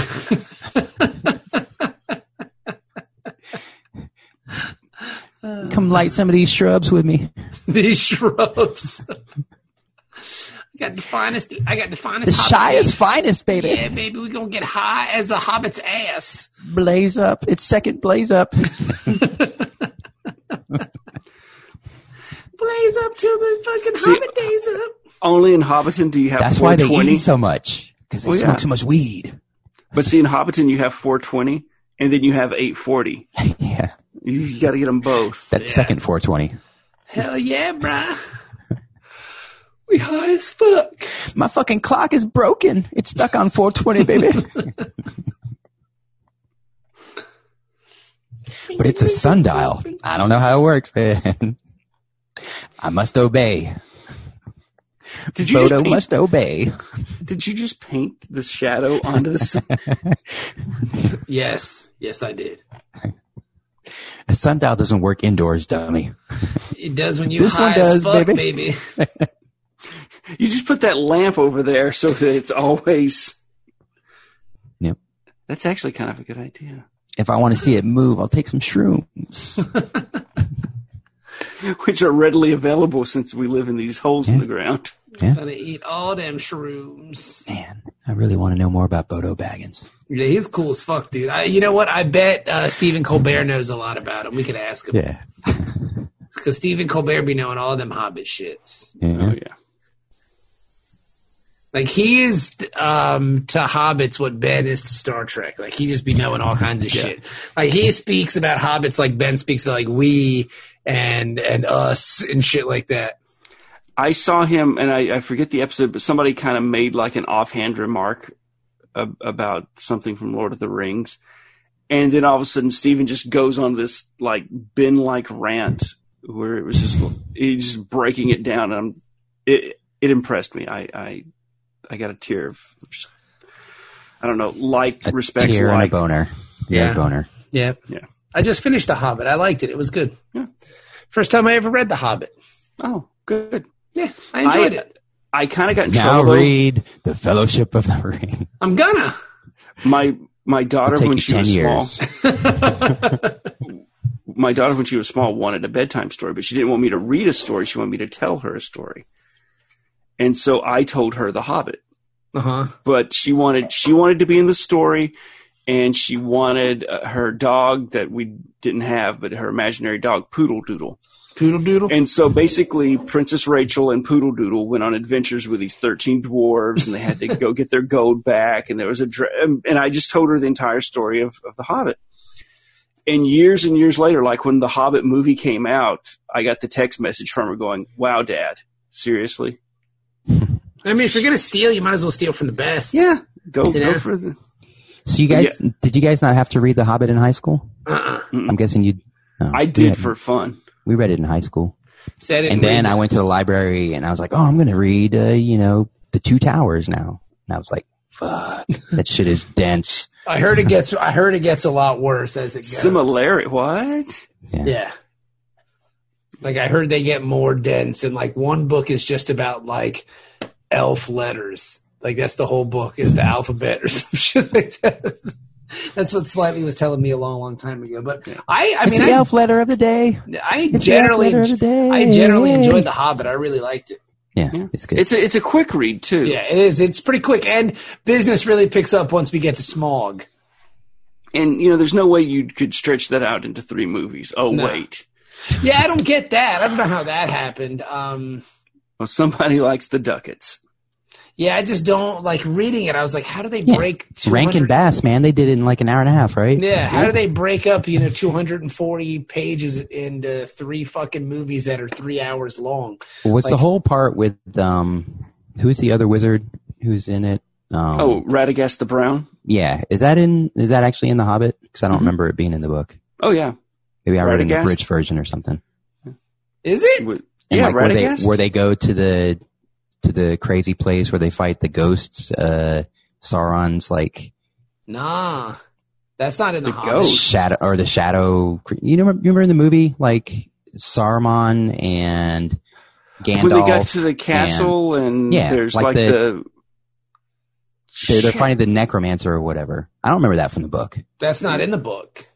S2: Come light some of these shrubs with me.
S4: These shrubs. I got the finest. I got the finest.
S2: The
S4: hobbit
S2: shyest,
S4: weed.
S2: finest, baby.
S4: Yeah, baby, we gonna get high as a hobbit's ass.
S2: Blaze up. It's second blaze up.
S4: Blaze up till the fucking
S3: See-
S4: hobbit days up.
S3: Only in Hobbiton do you have
S2: That's why they
S3: 420.
S2: eat so much, because they
S3: Well,
S2: smoke
S3: yeah.
S2: so much weed. [LAUGHS]
S3: But see, in Hobbiton you have 420, and then you have 840.
S2: yeah.
S3: You, got to get them both.
S2: That
S4: Yeah.
S2: second 420.
S4: Hell yeah, bruh. [LAUGHS] We high as fuck.
S2: My fucking clock is broken. It's stuck on 420,
S3: [LAUGHS]
S2: baby. but it's a sundial. I don't know how it works, man. I must obey.
S3: Did you
S2: Bodo
S3: just paint,
S2: must obey.
S3: Did you just paint the shadow onto the? [LAUGHS] sun?
S4: Yes, yes, I did.
S2: A sundial doesn't work indoors, dummy.
S4: It does when you
S2: This
S4: high
S2: one does,
S4: as fuck, baby. [LAUGHS]
S2: baby.
S3: you just put that lamp over there so that it's always.
S2: Yep.
S3: That's actually kind of a good idea. [LAUGHS]
S2: If I want to see it move, I'll take some shrooms.
S3: Which are readily available since we live in these holes in the ground.
S4: Gonna eat all them shrooms.
S2: Man, I really want to know more about Bodo Baggins.
S4: Yeah, he's cool as fuck, dude. I, you know what? I bet uh, Stephen Colbert knows a lot about him. We could ask him
S2: Yeah.
S4: because Stephen Colbert be knowing all them Hobbit shits.
S3: Oh yeah.
S4: Like he is um, to hobbits what Ben is to Star Trek. Like he just be knowing all kinds of shit. Like he speaks about hobbits like Ben speaks about like we and and us and shit like that.
S3: I saw him, and I, I forget the episode, but somebody kind of made like an offhand remark ab- about something from Lord of the Rings, and then all of a sudden, Steven just goes on this like Ben-like rant where it was just he's just breaking it down. And I'm, it it impressed me. I I, I got a tear of just, I don't know, like
S2: A
S3: respect,
S2: tear and a
S3: Oh, like
S2: boner.
S4: Yeah.
S2: Yeah. boner.
S4: Yeah.
S3: Yeah.
S4: I just finished The Hobbit. I liked it. It was good.
S3: Yeah.
S4: First time I ever read The Hobbit.
S3: oh good.
S4: Yeah, I enjoyed
S3: I-
S4: it.
S3: I kind of got in
S2: Now
S3: trouble. though.
S2: read The Fellowship of the [LAUGHS] Ring.
S4: I'm gonna.
S3: My my daughter
S2: It'll take
S3: when
S2: you
S3: she
S2: 10
S3: was
S2: years.
S3: small. my daughter when she was small wanted a bedtime story, but she didn't want me to read a story. She wanted me to tell her a story. And so I told her The Hobbit,
S4: Uh huh.
S3: but she wanted she wanted to be in the story, and she wanted uh, her dog that we didn't have, but her imaginary dog Poodle Doodle.
S4: Doodle doodle.
S3: And so basically, Princess Rachel and Poodle Doodle went on adventures with these thirteen dwarves, and they had to go get their gold back. And there was a dra- and I just told her the entire story of, of the Hobbit. and years and years later, like when the Hobbit movie came out, I got the text message from her going, "Wow, Dad, seriously?
S4: I mean, if you're gonna steal, you might as well steal from the best.
S3: Yeah, go
S4: Yeah.
S3: go for the
S2: [LAUGHS] So you guys, did you guys not have to read The Hobbit in high school?
S4: Uh-uh.
S2: I'm guessing you. no.
S3: I
S2: We
S3: did
S2: had-
S3: for fun.
S2: We read it in high school,
S4: So I didn't
S2: and then
S4: read
S2: I went to the library and I was like, "Oh, I'm going to read, uh, you know, The Two Towers now." And I was like,
S4: [LAUGHS]
S2: "Fuck, that shit is dense."
S4: I heard it gets. I heard it gets a lot worse as it goes.
S3: Similarity? What?
S2: Yeah.
S4: Yeah. Like I heard they get more dense, and like one book is just about like elf letters. Like that's the whole book is the alphabet or [LAUGHS] some shit like that. That's what Slightly was telling me a long, long time ago. But I, I
S2: It's
S4: mean,
S2: the
S4: I,
S2: elf letter of the day.
S4: I
S2: It's the elf
S4: generally,
S2: letter of the day.
S4: I generally enjoyed The Hobbit. I really liked it.
S2: Yeah, it's good.
S3: It's a it's a quick read too.
S4: Yeah, it is. It's pretty quick, and business really picks up once we get to Smog.
S3: And you know, there's no way you could stretch that out into three movies. Oh
S4: No.
S3: wait,
S4: Yeah, I don't get that. I don't know how that happened. Um,
S3: well, somebody [LAUGHS] likes the ducats.
S4: yeah, I just don't like reading it. I was like, how do they
S2: Yeah.
S4: break
S2: Rankin
S4: 200
S2: Bass, man, they did it in like an hour and a half, right?
S4: Yeah, how do they break up, you know, 240 pages into three fucking movies that are three hours long?
S2: What's the
S4: Like-
S2: whole part with um, who's the other wizard who's in it? Um,
S3: Oh, Radagast the Brown.
S2: yeah, is that in? Is that actually in The Hobbit? Because
S4: Mm-hmm.
S2: I don't remember it being in the book.
S3: Oh yeah,
S2: Maybe I read it in the
S3: Radagast?
S2: bridge version or something.
S4: Is it?
S3: With-
S2: And
S3: yeah,
S2: like where they
S3: Radagast.
S2: where they go to the to the crazy place where they fight the ghosts, uh, Sauron's like
S4: Nah, that's not in the,
S3: The
S4: Hobbit.
S3: ghost.
S2: shadow or the shadow. cre- You know, you remember in the movie like Saruman and Gandalf.
S3: when they got to the castle and,
S2: Yeah,
S3: there's
S2: like
S3: like,
S2: the-
S3: the,
S2: they're, they're
S3: Shit.
S2: fighting the necromancer or whatever. I don't remember that from the book.
S4: That's not in the book.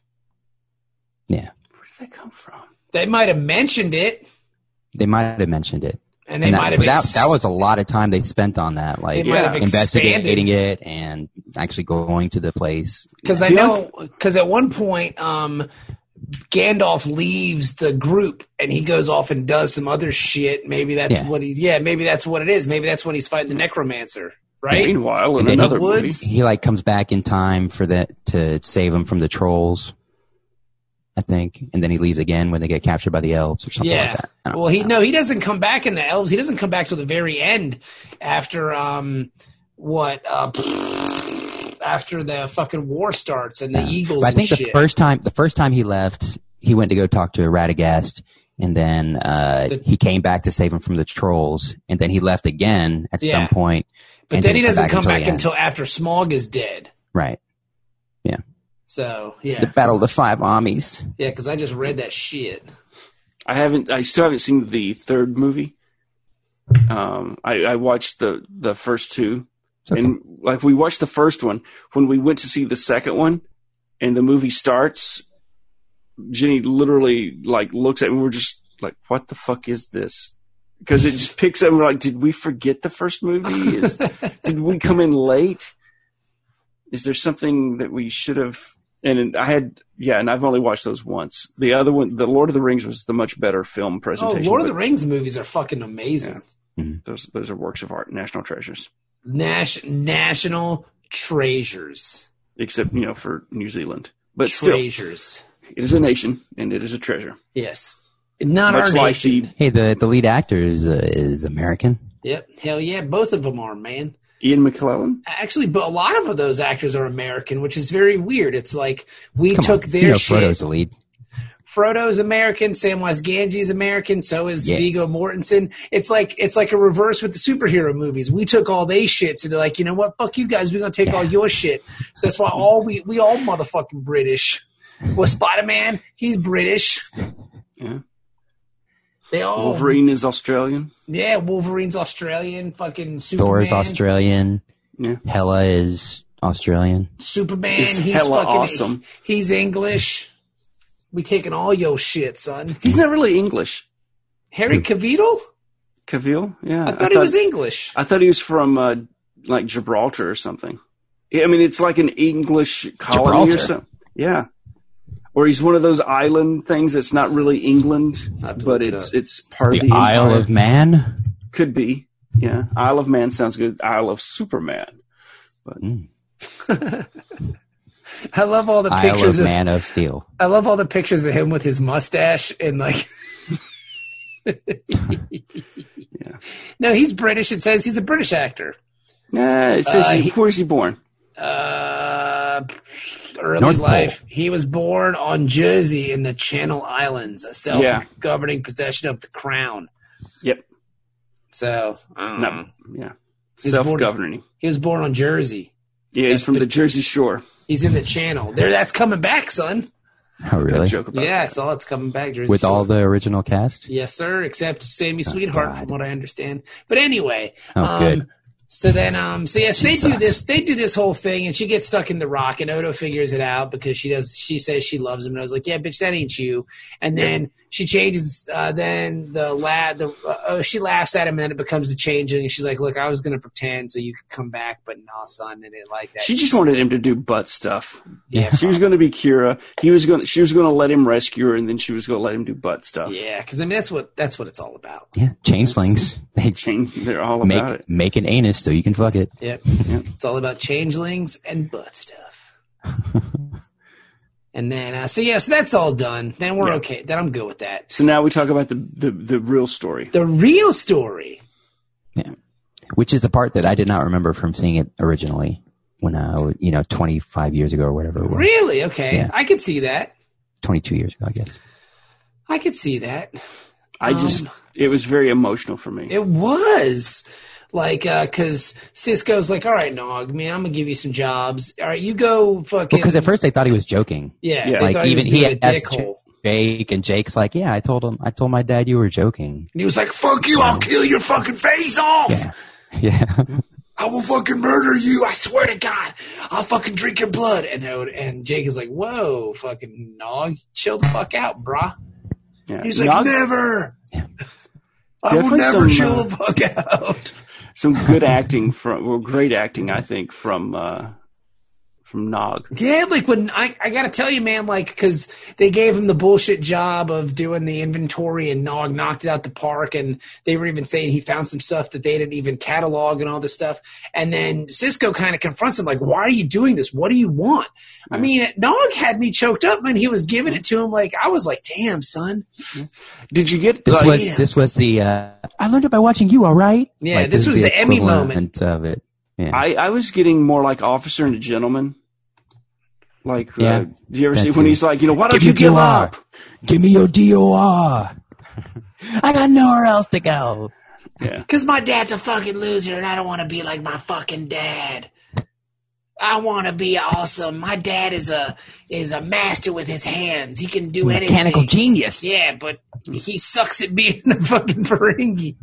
S3: Where did that come from?
S4: They might have mentioned it,
S2: They might have mentioned it.
S4: and they
S2: And that-
S4: might have.
S2: but that,
S4: ex-
S2: that was a lot of time they spent on that,
S4: they
S2: like
S4: might have
S3: yeah,
S2: investigating
S4: expanded
S2: it and actually going to the place.
S4: because I
S3: The
S4: know because at one point, um, Gandalf leaves the group and he goes off and does some other shit. Maybe that's
S2: Yeah.
S4: what he's. Yeah, maybe that's what it is. Maybe that's when he's fighting the necromancer, right?
S3: Meanwhile, in
S2: then
S3: another
S4: he-
S3: movie,
S4: Woods?
S2: He like comes back in time for that to save him from the trolls, I think, and then he leaves again when they get captured by the elves or something
S4: Yeah.
S2: like that. I don't
S4: Well, he
S2: know.
S4: no, he doesn't come back in the elves. He doesn't come back till the very end, after um, what uh, after the fucking war starts and the
S2: Yeah.
S4: eagles.
S2: But I
S4: and
S2: think the
S4: shit.
S2: first time, the first time he left, he went to go talk to Radagast, and then uh,
S4: The-
S2: he came back to save him from the trolls, and then he left again at
S4: Yeah.
S2: some point.
S4: but
S2: and
S4: then he
S2: didn't
S4: doesn't come back
S2: the end.
S4: until after Smog is dead.
S2: right.
S4: So yeah,
S2: The battle of the five armies.
S4: yeah, because I just read that shit.
S3: I haven't. I still haven't seen the third movie. Um, I, I watched the the first two,
S2: It's okay.
S3: and like we watched the first one when we went to see the second one, and the movie starts. Jenny literally like looks at me. We're just like, "What the fuck is this?" Because it just picks up. And we're like, "Did we forget the first movie?
S4: [LAUGHS]
S3: Is, did we come in late? Is there something that we should have?" And I had yeah, and I've only watched those once. The other one, the Lord of the Rings, was the much better film
S4: Oh,
S3: presentation.
S4: Lord of
S3: but
S4: the Rings movies are fucking amazing.
S3: Those those are works of art, national treasures.
S4: Nash, national treasures,
S3: Except you know for New Zealand, but still,
S4: treasures.
S3: it is a nation and it is a treasure.
S4: Yes, not
S3: much
S4: our
S3: like
S4: nation.
S2: Hey, the the lead actor is uh, is American.
S4: Yep, hell yeah, both of them are man.
S3: the Ian McClellan.
S4: Actually, but a lot of those actors are American, which is very weird. It's like we
S2: Come
S4: took
S2: on.
S4: their
S2: you know
S4: shit.
S2: Frodo's the lead.
S4: Frodo's American, Samwise Gange's American, so is
S2: Yeah.
S4: Vigo Mortensen. It's like it's like a reverse with the superhero movies. We took all they shit, so they're like, you know what, fuck you guys, we're gonna take all your shit. So that's why all we we all motherfucking British. Well, Spider Man, he's British.
S3: Yeah.
S4: They all
S3: Wolverine is Australian.
S4: Yeah, Wolverine's Australian, fucking Superman.
S2: Thor is Australian.
S3: Yeah.
S2: Hela is Australian.
S4: Superman,
S3: It's
S4: he's
S3: hella
S4: fucking
S3: awesome.
S4: He's English. We taking all your shit, son.
S3: He's not really English.
S4: Harry Cavill?
S3: Cavill. Yeah,
S4: I thought he was English.
S3: I thought he was from uh, like Gibraltar or something. Yeah, I mean, it's like an English colony
S2: Gibraltar?
S3: or something. Yeah. Or he's one of those island things that's not really England,
S4: to
S3: but
S4: look it
S3: it's
S4: up.
S3: it's part of
S2: The
S3: the
S2: Isle
S3: empire.
S2: of Man.
S3: could be. Yeah, Isle of Man sounds good. Isle of Superman.
S4: I love all the
S2: Isle
S4: pictures
S2: of
S4: of
S2: Man of Steel.
S4: I love all the pictures of him with his mustache and like. No, he's British. It says he's a British actor.
S3: Nah, it says
S4: Uh,
S3: he-
S4: he-
S3: where is he born?
S4: Uh, early
S2: North Pole.
S4: life. He was born on Jersey in the Channel Islands, a self-governing possession of the crown.
S3: Yep.
S4: So I don't
S3: No.
S4: know.
S3: Yeah.
S4: Mm. He's born-
S3: Self governing.
S4: He was born on Jersey.
S3: Yeah, he's from the Jersey Shore.
S4: He's in the Channel. There, that's coming back, son.
S2: [LAUGHS] Oh, really?
S3: Got a joke about
S4: Yeah, I saw it's coming back. Jersey
S2: With all
S4: Shore.
S2: the original cast?
S4: Yes, sir. Except Sammy Sweetheart,
S2: God.
S4: from what I understand. But anyway,
S2: Oh,
S4: um,
S2: good.
S4: So then, um, so yes,
S2: She
S4: they do
S2: sucks.
S4: this. They do this whole thing, and she gets stuck in the rock, and Odo figures it out because she does. She says she loves him, and I was like, "Yeah, bitch, that ain't you." And then she changes. Uh, then the lad, the uh, oh, she laughs at him, and then it becomes a changing. And she's like, "Look, I was gonna pretend so you could come back, but nah, son." And it like that.
S3: She just wanted him to do butt stuff.
S4: yeah,
S3: She was going to be Kira. He was going. to She was going to let him rescue her, and then she was going to let him do butt stuff.
S4: yeah, because I mean that's what that's what it's all about.
S2: Yeah, changelings. [LAUGHS] They
S3: Change. They're all
S2: make
S3: about it.
S2: make an anus so you can fuck it.
S4: Yep. It's all about changelings and butt
S2: [LAUGHS]
S4: stuff. and then, uh, so yeah, so that's all done. Then we're
S3: Yeah.
S4: okay. Then I'm good with that.
S3: So now we talk about the the, the real story.
S4: The real story.
S2: which is the part that I did not remember from seeing it originally when I, was, you know, 25 years ago or whatever it was.
S4: Really? Okay.
S2: Yeah.
S4: I could see that.
S2: 22 years ago, I guess.
S4: I could see that. Um,
S3: I just. It was very emotional for me.
S4: It was like, uh, cause Cisco's like, all right, Nog, man, I'm gonna give you some jobs. All right, you go fucking.
S2: Because at first they thought he was joking.
S3: Yeah.
S4: yeah, they
S2: like
S4: thought he
S2: even
S4: was
S2: he,
S4: being a
S2: asked
S4: dickhole.
S2: Jake, and Jake's like, "Yeah, I told him. I told my dad you were joking."
S4: And he was like, fuck you, I'll kill your fucking face off.
S2: Yeah, [LAUGHS] yeah.
S4: I will fucking murder you. I swear to God, I'll fucking drink your blood. And I would, and Jake is like, whoa, fucking nog, chill the fuck out, brah.
S3: Yeah.
S4: He's like,
S3: Nog-
S4: never.
S2: Yeah.
S4: I will
S3: Definitely
S4: never
S3: some,
S4: chill
S3: uh,
S4: the [LAUGHS] fuck out.
S3: some good acting from, well, great acting, I think, from uh, from Nog.
S4: Yeah, like when I, I gotta tell you, man, like, cause they gave him the bullshit job of doing the inventory and Nog knocked it out the park. And they were even saying he found some stuff that they didn't even catalog and all this stuff. And then Cisco kind of confronts him, like, why are you doing this? What do you want? I mean, Nog had me choked up when he was giving it to him. Like, I was like, damn, son.
S3: Did you get
S2: This
S3: like,
S2: was
S4: yeah.
S2: this was the. Uh, I learned it by watching you. All right.
S4: Yeah, this
S2: is
S4: was the Emmy
S2: equivalent of it. Yeah.
S3: I, I was getting more like Officer and a Gentleman. Like,
S2: Yeah,
S3: uh, do you ever
S2: that
S3: see when
S2: too.
S3: he's like, you know, why don't
S2: Give
S3: you
S2: me
S3: give
S2: DOR.
S3: up?
S2: Give me your
S4: [LAUGHS]
S2: DOR. I got nowhere else to go.
S3: Yeah,
S4: Cause my dad's a fucking loser and I don't want to be like my fucking dad. I want to be awesome. My dad is a is a master with his hands. He can do anything.
S2: Mechanical genius.
S4: Yeah, but he sucks at being a fucking Ferengi.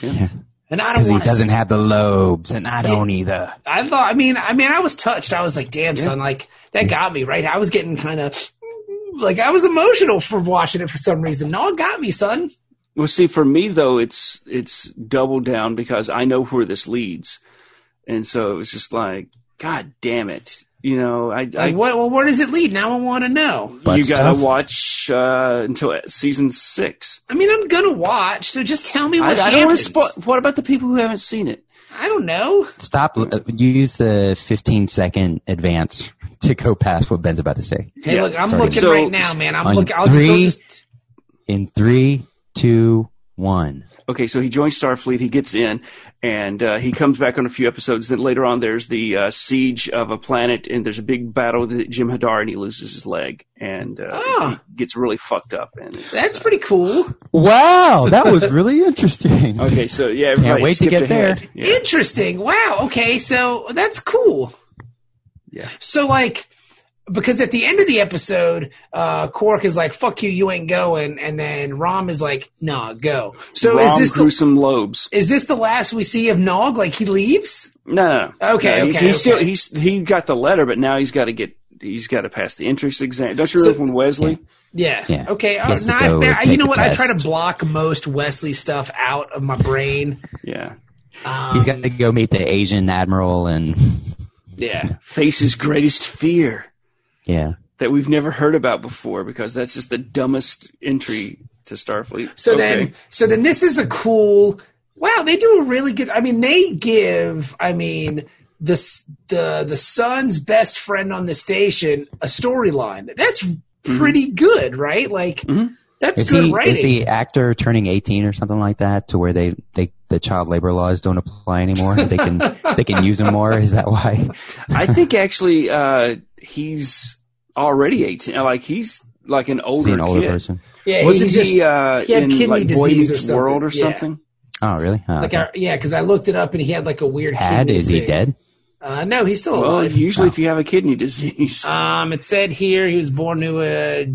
S2: Yeah.
S4: And I don't
S2: Because he
S4: want to.
S2: doesn't have the lobes, and I don't either.
S4: I thought. I mean, I mean, I was touched. I was like, "Damn, son!" Like that got me right. I was getting kind of like I was emotional for watching it for some reason. No, it got me, son.
S3: Well, see, for me though, it's it's double down because I know where this leads, and so it was just like, God damn it, you know, I, I
S4: Like, what? Well, where does it lead? Now I want to know.
S2: Butt
S3: you gotta
S2: stuff?
S3: watch uh, until season six.
S4: I mean, I'm gonna watch. So just tell me
S3: I, I
S4: what
S3: don't want to
S4: happens.
S3: spoil. What about the people who haven't seen it?
S4: I don't know.
S2: Stop. uh, Use the 15 second advance to go past what Ben's about to say.
S4: Hey,
S3: Yeah.
S4: look, I'm
S2: Starting.
S4: looking
S3: So-
S4: right now, man. I'm
S2: on
S4: looking. I'll just, I'll
S2: three-
S4: just-
S2: In three, two, one.
S3: Okay, so he joins Starfleet. He gets in, and uh, he comes back on a few episodes. Then later on, there's the uh, siege of a planet, and there's a big battle with Jim Hadar, and he loses his leg, and uh,
S4: Ah.
S3: he gets really fucked up. And it's,
S4: That's pretty cool.
S2: Wow, that [LAUGHS] was really interesting.
S3: okay, so yeah, everybody
S2: wait to
S3: skipped
S2: get
S3: ahead.
S2: there.
S3: Yeah.
S4: Interesting. Wow. Okay. So that's cool.
S3: Yeah.
S4: So like, because at the end of the episode, uh, Quark is like, "Fuck you, you ain't going," and then Rom is like, "Nah, go." So
S3: Rom
S4: is this the
S3: gruesome lobes?
S4: is this the last we see of Nog? Like he leaves?
S3: No, no, no.
S4: Okay,
S3: No, he's,
S4: okay,
S3: he's still
S4: okay.
S3: he's he got the letter, but now he's got to get he's got to pass the entrance exam. Don't you remember when Wesley?
S4: Yeah.
S2: Yeah.
S4: Okay.
S2: He
S4: Uh,
S2: has to
S4: now I,
S2: go
S4: man, I- you
S2: take
S4: know
S2: a
S4: what? I try to
S2: test.
S4: block most Wesley stuff out of my brain.
S3: Yeah,
S4: Um,
S2: He's got to go meet the Asian admiral, and
S3: yeah. Face's greatest fear.
S2: yeah,
S3: that we've never heard about before because that's just the dumbest entry to Starfleet.
S4: So
S3: Okay.
S4: then, so then this is a cool. Wow, they do a really good. I mean, they give. I mean, this the the son's best friend on the station a storyline. That's
S3: Mm-hmm.
S4: pretty good, right? Like that's
S2: Mm-hmm. Is
S4: good
S2: he
S4: writing.
S2: is he actor turning eighteen or something like that to where they, they the child labor laws don't apply anymore? they can they can use him more. Is that why?
S3: I think actually uh, he's already eighteen. Like he's like an
S2: Is
S3: older
S2: he an older
S3: kid.
S2: person?
S4: yeah,
S3: Wasn't
S4: he's
S3: he?
S4: just-
S3: Uh,
S4: he had
S3: in,
S4: kidney
S3: like, Boy
S4: disease or
S3: Meets
S4: something.
S3: World or
S4: Yeah.
S3: something.
S2: Oh, really? Huh,
S4: like
S2: okay.
S4: I, yeah, because I looked it up and he had like a weird.
S2: Had
S4: kidney
S2: is he
S4: thing.
S2: dead?
S4: Uh, no, he's still
S3: Well,
S4: alive.
S3: usually if you have a kidney
S4: [LAUGHS]
S3: disease, [LAUGHS]
S4: Um, it said here he was born to a.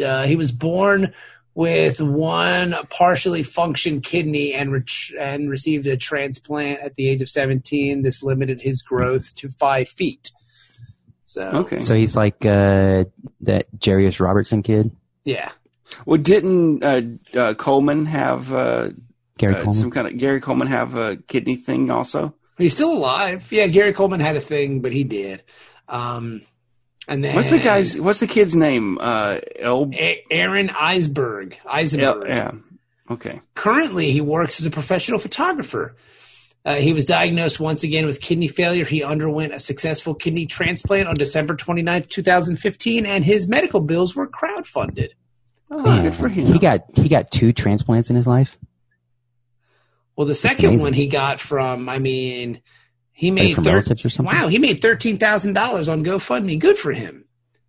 S4: Uh, he was born with one partially functioned kidney and re- and received a transplant at the age of seventeen. This limited his growth to five feet. So
S3: okay.
S2: So he's like uh, that Jarius Robertson kid,
S4: yeah,
S3: Well, didn't uh, uh, Coleman have uh,
S2: Gary
S3: uh,
S2: Coleman.
S3: some kind of Gary Coleman have a kidney thing also?
S4: he's still alive. Yeah, Gary Coleman had a thing, but he did. Um, and then
S3: What's the guy's? What's the kid's name? Uh, El.
S4: A- Aaron Eisberg. Eisenberg.
S3: El- yeah. Okay.
S4: Currently, he works as a professional photographer. Uh, he was diagnosed once again with kidney failure. He underwent a successful kidney transplant on December 29th, 2015, and his medical bills were crowdfunded.
S3: Oh,
S2: Man,
S3: good for him.
S2: He got he got two transplants in his life.
S4: Well, the second
S2: amazing.
S4: one he got from, I mean, he
S2: Like
S4: made
S2: from
S4: thir-
S2: relatives or something.
S4: wow, he made thirteen thousand dollars on GoFundMe. Good for him.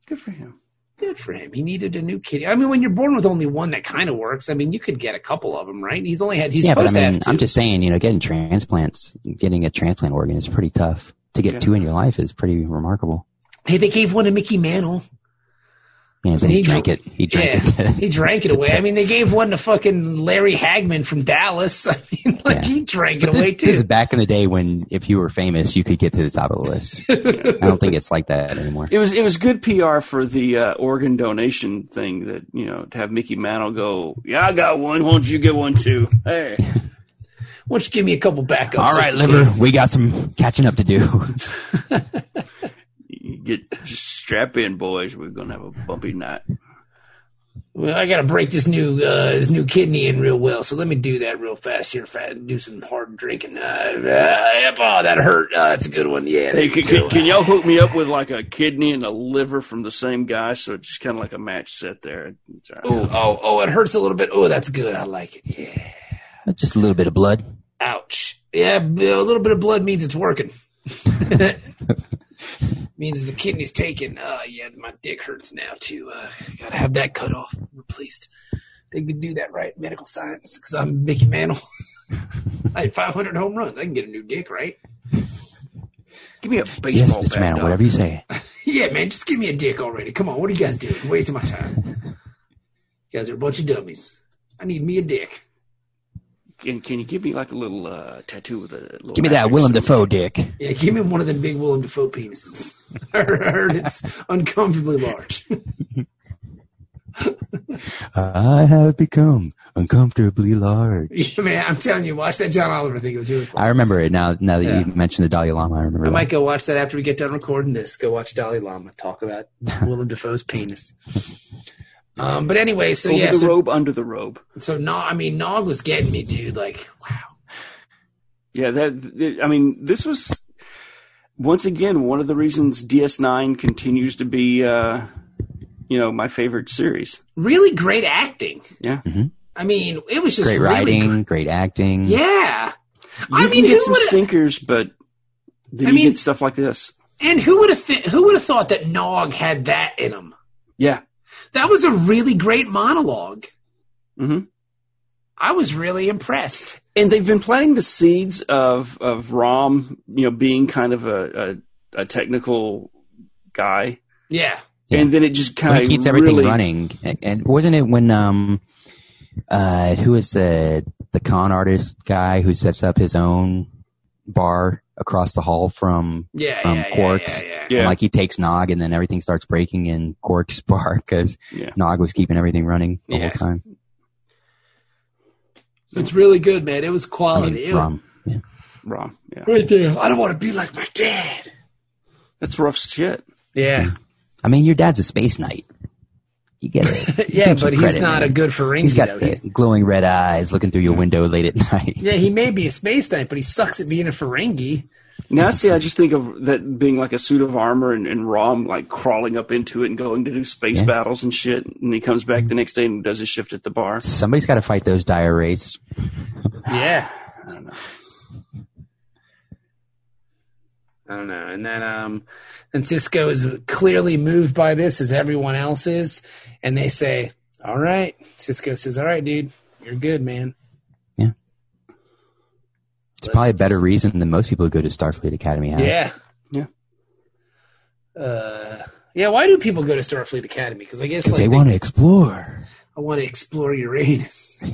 S3: good for him.
S4: Good for him. He needed a new kidney. I mean, when you're born with only one, that kind of works. I mean, you could get a couple of them, right? He's only had. He's
S2: yeah, but I
S4: supposed to
S2: mean,
S4: have two.
S2: I'm just saying, you know, getting transplants, getting a transplant organ is pretty tough. To get
S3: Yeah.
S2: two in your life is pretty remarkable.
S4: hey, they gave one to Mickey Mantle.
S2: Yeah, then
S4: he
S2: he, drank it. He drank
S4: [LAUGHS] Yeah,
S2: it. [LAUGHS]
S4: he drank it away. I mean, they gave one to fucking Larry Hagman from Dallas. [LAUGHS] I mean, like
S2: Yeah.
S4: he drank it
S2: But this,
S4: away
S2: this is
S4: too.
S2: back in the day when if you were famous, you could get to the top of the
S4: [LAUGHS]
S2: list. I don't think it's like that anymore.
S3: It was it was good PR for the uh, organ donation thing that you know to have Mickey Mantle go. Yeah, I got one. Won't you get one too? Hey,
S4: Why don't you give me a couple backups?
S2: All right,
S4: just in
S2: liver,
S4: case.
S2: we got some catching up to do. [LAUGHS]
S3: you get just strap in, boys. We're gonna have a bumpy night.
S4: Well, I got to break this new uh, this new kidney in real well. So let me do that real fast here. Fat, do some hard drinking. Uh, uh, yep, oh, that hurt. Uh, that's a good one. Yeah. there
S3: Hey,
S4: you
S3: can,
S4: go.
S3: can, can y'all hook me up with like a kidney and a liver from the same guy? So it's just kind of like a match set there. It's all right.
S4: Ooh, oh, oh, it hurts a little bit. Oh, that's good. I like it. Yeah.
S2: Just a little bit of blood.
S4: Ouch. Yeah, b- a little bit of blood means it's working. means the kidney's taken. Uh, yeah, my dick hurts now too. Uh, gotta have that cut off, replaced. They could do that, right? Medical science, because I'm Mickey Mantle. [LAUGHS] I had 500 home runs. I can get a new dick, right?
S3: Give me a
S2: Yes,
S3: baseball
S2: Mr.
S3: bat.
S2: Mantle,
S3: dog.
S2: whatever you say.
S4: Yeah, man, just give me a dick already. Come on, what are you guys doing? You're wasting my time. You guys are a bunch of dummies. I need me a dick.
S3: Can, can you give me like a little uh, tattoo with a little
S2: Give me that
S3: asterisk
S2: Willem
S3: on it?
S2: Dafoe dick.
S4: Yeah, give me one of them big Willem Dafoe penises. [LAUGHS] I heard it's uncomfortably large.
S2: I have become uncomfortably large.
S4: [LAUGHS] Yeah, man, I'm telling you, watch that John Oliver thing. It was really cool.
S2: I remember it now. Now that
S4: Yeah.
S2: you mentioned the Dalai Lama, I remember.
S4: I
S2: that.
S4: might go watch that after we get done recording this. Go watch Dalai Lama talk about
S3: [LAUGHS]
S4: Willem Dafoe's penis. Um, but anyway, so
S3: Over
S4: yeah,
S3: the
S4: so,
S3: robe, under the robe.
S4: so no, I mean, Nog was getting me, dude. Like, wow,
S3: Yeah, that. th- I mean, this was once again one of the reasons DS9 continues to be, uh, you know, my favorite series.
S4: really great acting.
S3: Yeah,
S4: I mean, it was just
S2: great
S4: really
S2: writing,
S4: gr-
S2: great acting.
S4: Yeah,
S3: you
S4: I mean,
S3: can
S4: who
S3: get some
S4: would
S3: stinkers, but then
S4: I
S3: you
S4: mean-
S3: get stuff like this.
S4: and who would have th- who would have thought that Nog had that in him?
S3: Yeah,
S4: That was a really great monologue.
S3: hmm
S4: I was really impressed.
S3: and they've been planting the seeds of of Rom, you know, being kind of a a, a technical guy,
S4: Yeah,
S2: Yeah.
S3: and then it just
S2: Well,
S3: kind
S2: he
S3: of
S2: keeps everything running. And, and wasn't it when um, uh, who is the the con artist guy who sets up his own bar across the hall from
S4: yeah,
S2: from
S4: yeah, yeah,
S2: Quark's?
S4: yeah, yeah.
S2: And,
S3: Yeah.
S2: like he takes Nog, and then everything starts breaking in Quark's [LAUGHS] bar because
S3: Yeah.
S2: Nog was keeping everything running the
S4: Yeah.
S2: whole time.
S4: It's really good, man. It was
S2: I
S4: quality.
S2: mean,
S4: It was-
S2: Rom. Yeah.
S3: Rom, yeah,
S4: right there. I don't want to be like my dad.
S3: that's rough shit.
S4: Yeah,
S2: I mean, your dad's a space knight. You
S4: [LAUGHS]
S2: get it.
S4: yeah,
S2: Give him
S4: but he's
S2: credit,
S4: not
S2: man.
S4: a good Ferengi.
S2: He's
S4: though.
S2: got the glowing red eyes looking through your window late at [LAUGHS] night.
S4: yeah, he may be a space knight, but he sucks at being a Ferengi.
S3: Now, see, I just think of that being like a suit of armor and, and Rom like crawling up into it and going to do space
S2: Yeah.
S3: battles and shit. And he comes back the next day and does his shift at the bar.
S2: Somebody's got to fight those dire rates.
S4: [SIGHS] Yeah.
S3: I don't know.
S4: I don't know. And then um and Cisco is clearly moved by this as everyone else is, and they say, All right. Cisco says, All right, dude, you're good, man.
S2: It's probably a better reason than most people who go to Starfleet Academy have.
S4: Yeah.
S3: Yeah.
S4: Uh yeah, why do people go to Starfleet Academy? Because I guess
S2: 'Cause
S4: like,
S2: they
S4: they-
S2: want to explore. [LAUGHS]
S4: I want to explore Uranus. [LAUGHS]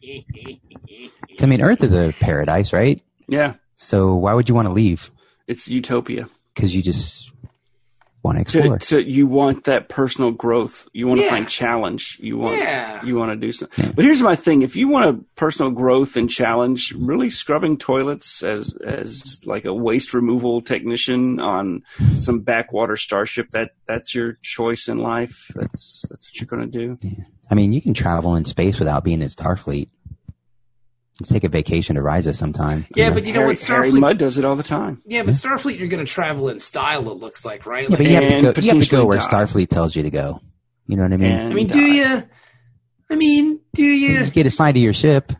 S2: Yes. I mean, Earth is a paradise, right?
S3: Yeah,
S2: So why would you want to leave?
S3: it's utopia.
S2: Because you just want to
S3: To,
S2: explore.
S3: to you want that personal growth. You want to
S4: Yeah.
S3: find challenge. You want
S4: Yeah.
S3: you want to do something. But here's my thing: if you want a personal growth and challenge, really scrubbing toilets as as like a waste removal technician on some backwater starship that that's your choice in life. That's that's what you're going to do.
S2: I mean, you can travel in space without being in Starfleet. Let's take a vacation to Risa sometime.
S4: Yeah, but you know
S3: Harry,
S4: what
S3: Harry
S4: Starfleet
S3: Mudd does it all the time.
S4: Yeah, but Starfleet you're gonna travel in style, it looks like, right?
S2: Yeah,
S4: Like
S2: but you have
S3: and
S2: to go. You have to
S3: potentially
S2: go where
S3: die.
S2: Starfleet tells you to go. You know what I mean?
S3: And
S4: I mean, do
S3: die.
S4: you I mean, do
S2: [LAUGHS]
S4: you
S2: You get assigned to your ship.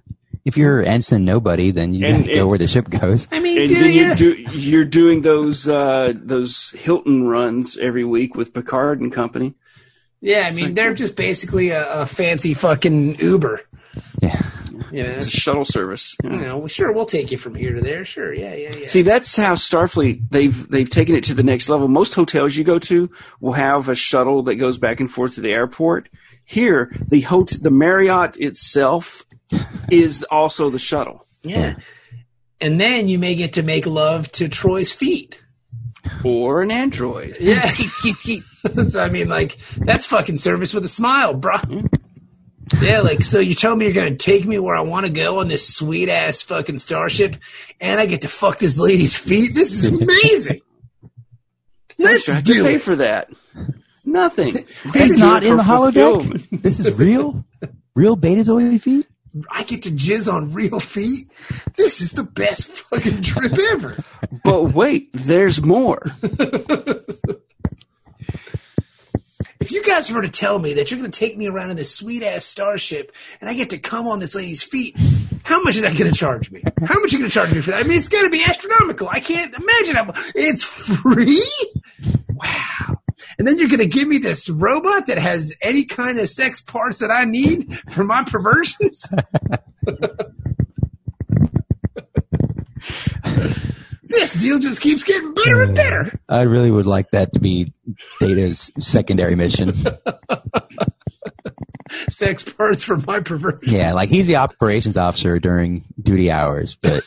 S2: If you're ensign nobody, then you
S3: And
S2: have to go
S3: it-
S2: where the ship goes. [LAUGHS]
S4: I mean,
S3: And
S4: do
S3: then
S4: you?
S3: you do, you're doing those uh, those Hilton runs every week with Picard and company.
S4: yeah, I mean, they're just basically a, a fancy fucking Uber.
S2: Yeah.
S4: Yeah.
S3: It's a shuttle service. you know.
S4: You know, well, sure, we'll take you from here to there. Sure, yeah, yeah, yeah.
S3: See, that's how Starfleet they've they've taken it to the next level. Most hotels you go to will have a shuttle that goes back and forth to the airport. Here, the hot the Marriott itself is also the shuttle.
S4: yeah. And then you may get to make love to Troy's feet.
S3: Or an android.
S4: Yeah. [LAUGHS] so, I mean, like, that's fucking service with a smile, bro. Yeah, like, so you're telling me you're going to take me where I want to go on this sweet ass fucking starship, and I get to fuck this lady's feet? This is amazing. [LAUGHS] Let's
S3: Extra, I have to
S4: do
S3: pay
S4: it.
S3: for that. Nothing.
S2: He's not in the
S3: holodeck.
S2: holodeck. [LAUGHS] This is real. Real beta zoid feet.
S4: I get to jizz on real feet. This is the best fucking trip ever.
S3: But wait, there's more.
S4: If you guys were to tell me that you're going to take me around in this sweet ass starship and I get to come on this lady's feet, how much is that going to charge me? How much are you going to charge me for that? I mean, it's going to be astronomical. I can't imagine how. It's free? Wow. And then you're going to give me this robot that has any kind of sex parts that I need for my perversions? [LAUGHS] this deal just keeps getting better and better.
S2: I really would like that to be Data's secondary [LAUGHS] mission.
S4: Sex parts for my perversions.
S2: Yeah, like he's the operations officer during duty hours, but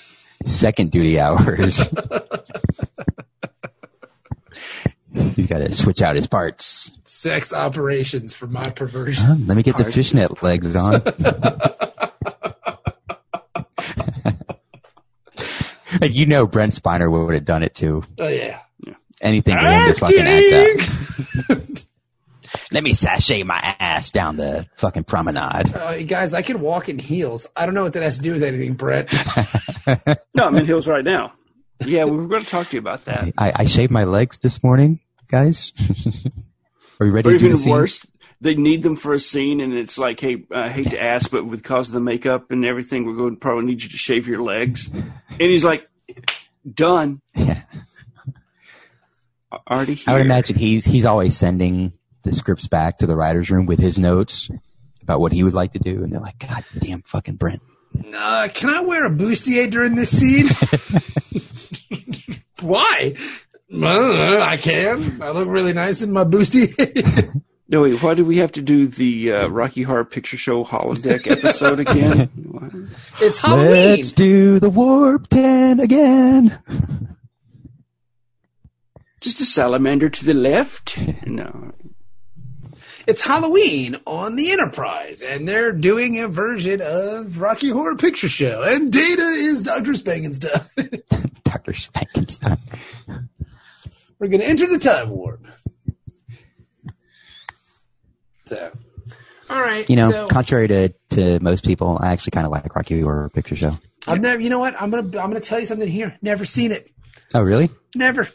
S2: second duty hours. [LAUGHS] He's got to switch out his parts.
S4: sex operations for my perversion.
S2: Huh, let me get the fishnet legs on. [LAUGHS] like you know, Brent Spiner would have done it too.
S4: Oh yeah.
S2: Anything for him to fucking act out. [LAUGHS] Let me sashay my ass down the fucking promenade.
S4: Uh, guys, I can walk in heels. I don't know what that has to do with anything, Brett. [LAUGHS]
S3: No, I'm in Hills right now. Yeah, we were going to talk to you about that.
S2: I, I shaved my legs this morning, guys. [LAUGHS] Are you ready
S3: Or
S2: to do
S3: even
S2: the scene?
S3: worse, they need them for a scene, and it's like, hey, I hate to ask, but with cause of the makeup and everything, we're going to probably need you to shave your legs. And he's like, done.
S2: [LAUGHS] Yeah.
S3: Already here.
S2: I would imagine he's he's always sending the scripts back to the writers' room with his notes about what he would like to do, and they're like, "God damn, fucking Brent."
S4: Uh, can I wear a bustier during this scene? [LAUGHS] Why? I don't know. I can. I look really nice in my bustier. [LAUGHS]
S3: No, wait, why do we have to do the uh, Rocky Horror Picture Show holodeck episode again?
S2: [LAUGHS]
S3: Why?
S4: it's Halloween.
S2: Let's do the warp ten again. [LAUGHS]
S3: Just a salamander to the left? No.
S4: It's Halloween on the Enterprise, and they're doing a version of Rocky Horror Picture Show, and Data is Doctor [LAUGHS] Spangenstuff.
S2: Doctor Frankenstein.
S4: We're going to enter the time warp. So, all right.
S2: You know,
S4: so-
S2: contrary to to most people, I actually kind of like Rocky Horror Picture Show.
S4: I've never. You know what? I'm gonna I'm gonna tell you something here. Never seen it.
S2: Oh, really?
S4: Never.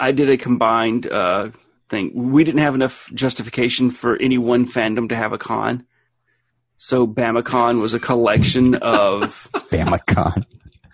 S3: I did a combined uh, thing. We didn't have enough justification for any one fandom to have a con. So BamaCon was a collection
S4: [LAUGHS]
S3: of
S2: BamaCon.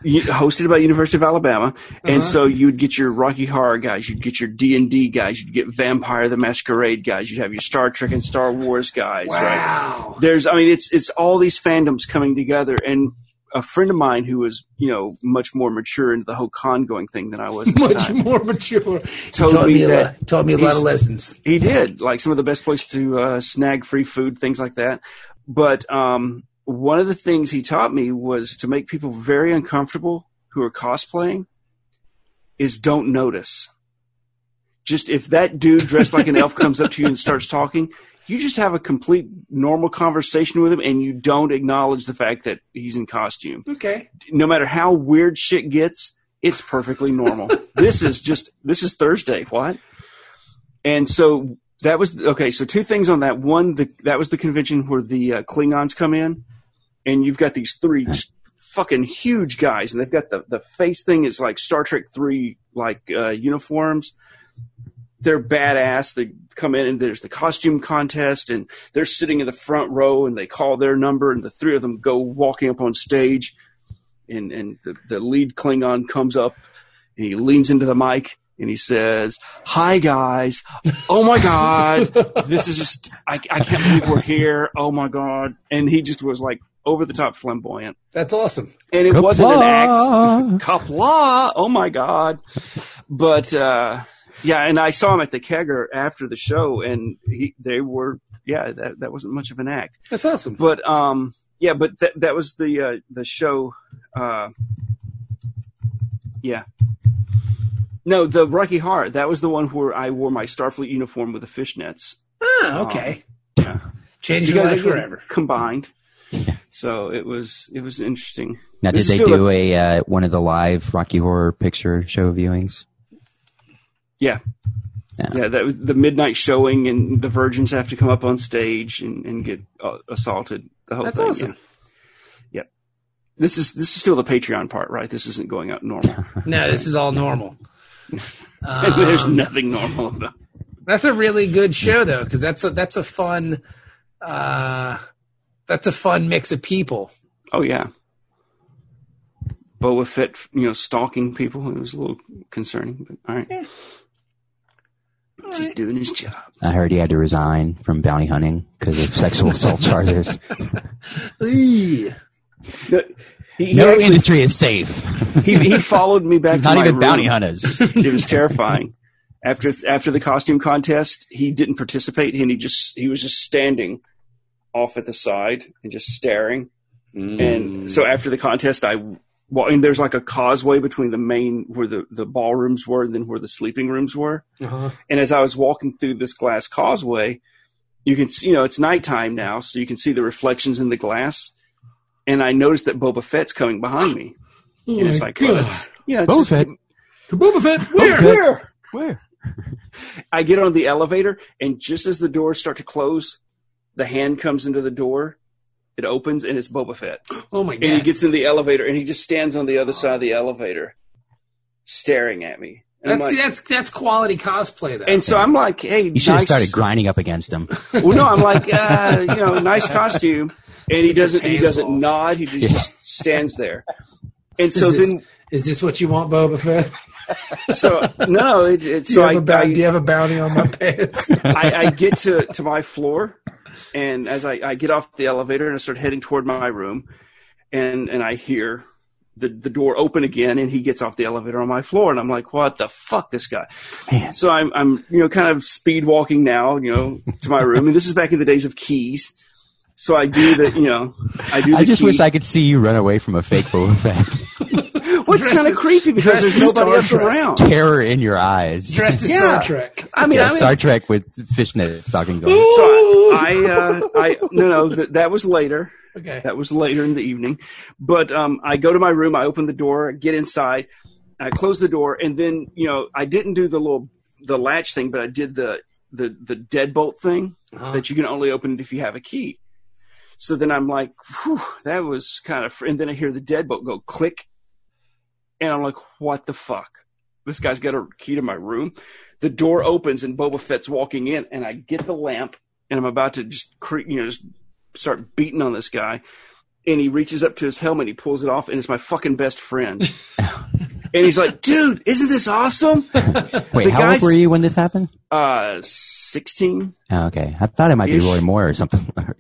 S3: u- hosted by University of Alabama,
S4: Uh-huh.
S3: and so you'd get your Rocky Horror guys, you'd get your D and D guys, you'd get Vampire the Masquerade guys, you'd have your Star Trek and Star Wars guys. Right?
S4: Wow.
S3: there's i mean it's it's all these fandoms coming together and a friend of mine who was you know much more mature into the whole con going thing than i was at the
S4: Much
S3: time, [LAUGHS]
S4: more mature. He
S3: told
S4: taught
S3: me
S4: me a
S3: that
S4: lot, taught me a lot of
S3: he's-
S4: lessons.
S3: he did like some of the best places to uh, snag free food things like that but um, one of the things he taught me was to make people very uncomfortable who are cosplaying is don't notice just if that dude dressed like an elf comes up to you and starts talking you just have a complete normal conversation with him and you don't acknowledge the fact that he's in costume
S4: Okay.
S3: no matter how weird shit gets, it's perfectly normal. this is just this is Thursday. What? And so that was okay. So two things on that. One, the, that was the convention where the uh, Klingons come in, and you've got these three s- fucking huge guys, and they've got the the face thing is like Star Trek three like uh, uniforms. They're badass. They come in and there's the costume contest, and they're sitting in the front row, and they call their number, and the three of them go walking up on stage, and and the, the lead Klingon comes up and he leans into the mic and he says, "Hi guys! Oh my god, this is just I, I can't believe we're here! Oh my god!" And he just was like over the top flamboyant,
S4: That's awesome.
S3: and it wasn't an act.
S2: Kapla.
S3: Kapla! Oh my god! But uh, yeah, and I saw him at the Kegger after the show, and he they were yeah that that wasn't much of an act.
S4: That's awesome.
S3: But um, yeah, but that that was the uh, the show. Uh, yeah. No, the Rocky Heart. That was the one where I wore my Starfleet uniform with the fishnets.
S4: Ah, okay. Change your
S3: Because
S4: life
S3: again,
S4: forever.
S3: combined. So it was it was interesting.
S2: Now, did
S3: This is
S2: they
S3: still
S2: do a, uh, one of the live Rocky Horror Picture Show viewings?
S3: Yeah.
S2: Yeah.
S3: Yeah, that was the midnight showing, and the virgins have to come up on stage and, and get uh, assaulted. The whole
S4: That's
S3: thing.
S4: awesome.
S3: Yeah. Yep. This is this is still the Patreon part, right? This isn't going out normal.
S4: [LAUGHS]
S3: [LAUGHS]
S4: No, this is all normal.
S3: And there's
S4: Um,
S3: nothing normal about.
S4: That's a really good show though, because that's a that's a fun, uh, that's a fun mix of people.
S3: Oh yeah, Boa Fett, you know, stalking people. It was a little concerning, but all right. Just doing his job.
S2: I heard he had to resign from bounty hunting because of sexual
S3: [LAUGHS]
S2: assault charges.
S4: Eee.
S3: No,
S2: No
S3: he, he, actually-
S2: industry is safe.
S3: he, he followed me back. to
S2: [LAUGHS] Not
S3: my
S2: even
S3: room.
S2: bounty
S3: [LAUGHS]
S2: hunters.
S3: It was terrifying. After after the costume contest, he didn't participate, and he just he was just standing off at the side and just staring.
S4: Mm.
S2: Mm.
S3: And so after the contest, I well, and there's like a causeway between the main where the the ballrooms were and then where the sleeping rooms were.
S4: Uh-huh.
S3: And as I was walking through this glass causeway, you can see, you know, it's nighttime now, so you can see the reflections in the glass. And I noticed that Boba Fett's coming behind me. and
S4: Oh
S3: it's like, well, that's, you know, it's just-
S4: Boba Fett, where?
S3: where? Where? I get on the elevator, and just as the doors start to close, the hand comes into the door. It opens, and it's Boba Fett.
S4: Oh my god!
S3: And he gets in the elevator, and he just stands on the other side of the elevator, staring at me. And, I'm
S4: that's
S3: like-
S4: that's that's quality cosplay though.
S3: and so I'm like, hey,
S2: You should have
S3: nice-
S2: started grinding up against
S3: [LAUGHS]
S2: him.
S3: Well, no, I'm like, uh, you know, nice costume, and he doesn't. He
S4: hands
S3: doesn't
S4: off.
S3: nod. He just, just stands there. And so
S4: is this,
S3: then,
S4: is this what you want, Boba Fett?
S3: so no, it, it,
S4: Do you,
S3: so I,
S4: have a bou- do you
S3: I,
S4: have a bounty on
S3: [LAUGHS]
S4: my pants?
S3: I, I get to to my floor, and as I, I get off the elevator and I start heading toward my room, and and I hear the the door open again, and he gets off the elevator on my floor, and I'm like, what the fuck, this guy.
S2: Man.
S3: So I'm I'm you know kind of speed walking now, you know, to my room, and this is back in the days of keys. So I do the, you know, I do. The
S2: I just
S3: key.
S2: wish I could see you run away from a fake
S3: [LAUGHS]
S2: Boba Fett.
S3: Well, it's
S4: Dressed
S3: kind of
S4: as-
S3: creepy because
S4: dressed
S3: there's
S4: as
S3: nobody
S4: Star
S3: else
S4: Trek.
S3: around.
S2: Terror in your eyes.
S4: Dressed as
S3: Yeah.
S4: Star Trek.
S3: I mean,
S2: yeah,
S3: I mean,
S2: Star Trek with fishnet stockings on.
S3: so I, I, uh, I, no, no, th- that was later.
S4: Okay.
S3: That was later in the evening. But um, I go to my room, I open the door, get inside, I close the door, and then you know I didn't do the little the latch thing, but I did the the the deadbolt thing
S4: Uh-huh.
S3: that you can only open it if you have a key. So then I'm like, Whew, that was kind of. Fr-. And then I hear the deadbolt go click, and I'm like, what the fuck? This guy's got a key to my room. The door opens and Boba Fett's walking in, and I get the lamp, and I'm about to just, cre- you know, just start beating on this guy. And he reaches up to his helmet, he pulls it off, and it's my fucking best friend. and he's like, dude, isn't this awesome?
S2: Wait,
S3: The
S2: how old
S3: guys-
S2: were you when this happened?
S3: Uh, 16.
S2: Oh, okay, I thought it might
S3: Ish.
S2: be Roy Moore or something. [LAUGHS]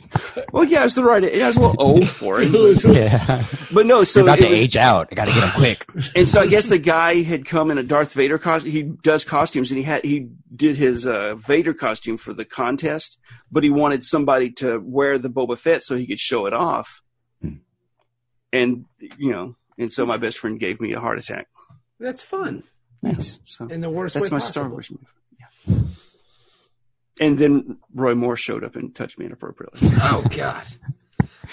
S3: Well, yeah, I was the right. age. I was a little old for it, but,
S2: [LAUGHS] yeah,
S3: but no. So
S2: you're about to
S3: it was-
S2: age out. I got to get [SIGHS] him quick.
S3: and so I guess the guy had come in a Darth Vader costume. He does costumes, and he had he did his uh, Vader costume for the contest, but he wanted somebody to wear the Boba Fett so he could show it off.
S2: Hmm.
S3: And you know, and so my best friend gave me a heart attack.
S4: That's fun
S2: Nice.
S3: So
S4: in the worst
S3: that's
S4: way
S3: my
S4: possible.
S3: Star Wars movie. Yeah. And then Roy Moore showed up and touched me inappropriately.
S4: Oh God!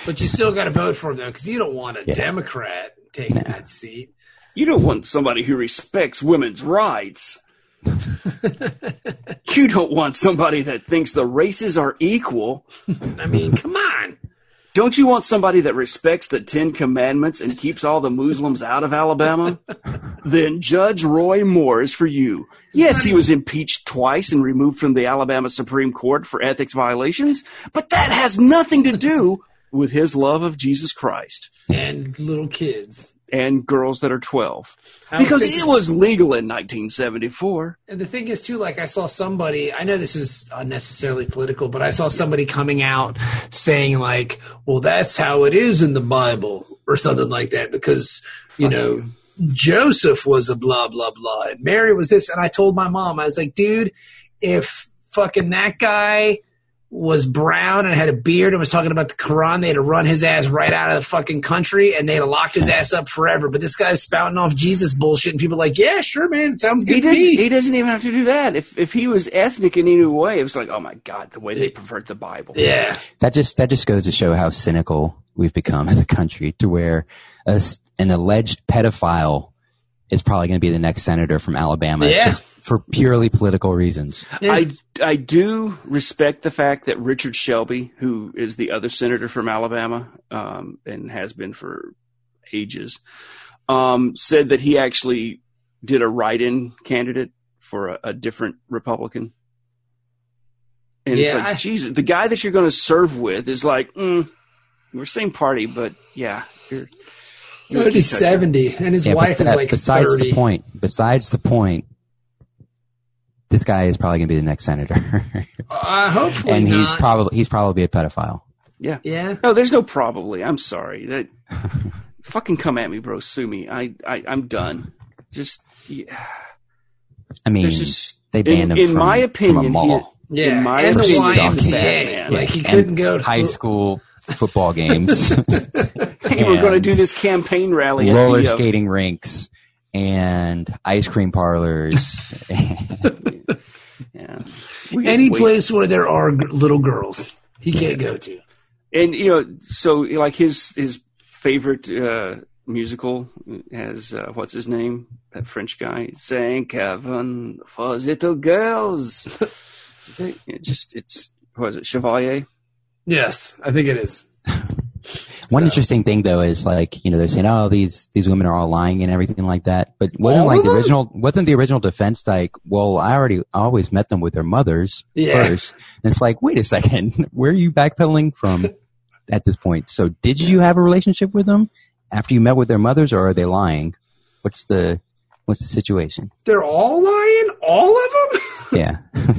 S4: But you still got to vote for him though, because you don't want a
S2: Yeah.
S4: Democrat taking that seat.
S3: You don't want somebody who respects women's rights. you don't want somebody that thinks the races are equal.
S4: I mean, come on.
S3: Don't you want somebody that respects the Ten Commandments and keeps all the Muslims out of Alabama? then Judge Roy Moore is for you. Yes, he was impeached twice and removed from the Alabama Supreme Court for ethics violations, but that has nothing to do with his love of Jesus Christ
S4: And little kids.
S3: and girls that are 12.
S4: I was
S3: Because
S4: thinking-
S3: it was legal in 1974.
S4: And the thing is, too, like I saw somebody, I know this is unnecessarily political, but I saw somebody coming out saying, like, well, that's how it is in the Bible or something like that because, you know, Joseph was a blah, blah, blah. And Mary was this. And I told my mom, I was like, dude, if fucking that guy was brown and had a beard and was talking about the Quran, they'd have run his ass right out of the fucking country and they'd have locked his ass up forever. But this guy's spouting off Jesus bullshit and people are like, yeah, sure, man. It sounds good
S3: He
S4: to
S3: doesn't.
S4: me.
S3: He doesn't even have to do that. If if he was ethnic in any way, it was like, oh my god, the way they pervert the Bible.
S4: Yeah.
S2: That just that just goes to show how cynical we've become as a country, to where a s an alleged pedophile is probably going to be the next senator from Alabama,
S4: Yeah.
S2: just for purely political reasons.
S3: I I do respect the fact that Richard Shelby, who is the other senator from Alabama, um, and has been for ages, um, said that he actually did a write-in candidate for a, a different Republican. And it's
S4: Yeah,
S3: like,
S4: I-
S3: Jesus, the guy that you're going to serve with is like, mm, we're same party, but yeah, you're. you're a
S4: He's
S3: key toucher.
S4: 70, and his
S2: Yeah, but
S4: wife is
S2: that-
S4: like
S2: besides
S4: 30.
S2: the point. Besides the point, this guy is probably going to be the next senator, [LAUGHS]
S4: Uh, hopefully
S2: and
S4: not.
S2: he's probably he's probably a pedophile.
S3: Yeah.
S4: yeah.
S3: No, there's no probably. I'm sorry.
S2: [LAUGHS]
S3: That fucking come at me, bro. Sue me. I, I I'm done. Just yeah.
S2: I mean,
S3: There's just
S2: they banned him
S3: in, in
S2: from-
S3: my
S2: from a
S3: opinion. he-
S2: mall.
S4: Yeah.
S3: in my
S4: and the
S3: opinion,
S2: he's
S4: YMCA.
S3: Batman.
S4: Like, he
S2: and
S4: couldn't go to
S2: high school football games, [LAUGHS]
S3: [LAUGHS] Hey, we're going to
S2: And-
S3: do this campaign rally. at
S2: roller
S3: the, uh,
S2: skating rinks, and ice cream parlors.
S3: [LAUGHS] Yeah. We-
S4: Any
S3: we-
S4: place where there are g- little girls, he can't go to.
S3: and you know, so like his his favorite uh, musical has uh, what's his name? That French guy, Saint Kevin for little girls. it just it's what is it Chevalier?
S4: Yes, I think it is.
S2: One interesting thing though is like you know they're saying oh these these women are all lying and everything like that, but wasn't
S3: All
S2: like
S3: of
S2: the
S3: them?
S2: original wasn't the original defense like well I already always met them with their mothers
S4: Yeah.
S2: first, and it's like wait a second [LAUGHS] where are you backpedaling
S3: [LAUGHS]
S2: from at this point? So did you have a relationship with them after you met with their mothers, or are they lying? What's the what's the
S3: [LAUGHS]
S2: situation?
S4: They're all lying? All of them?
S2: Yeah,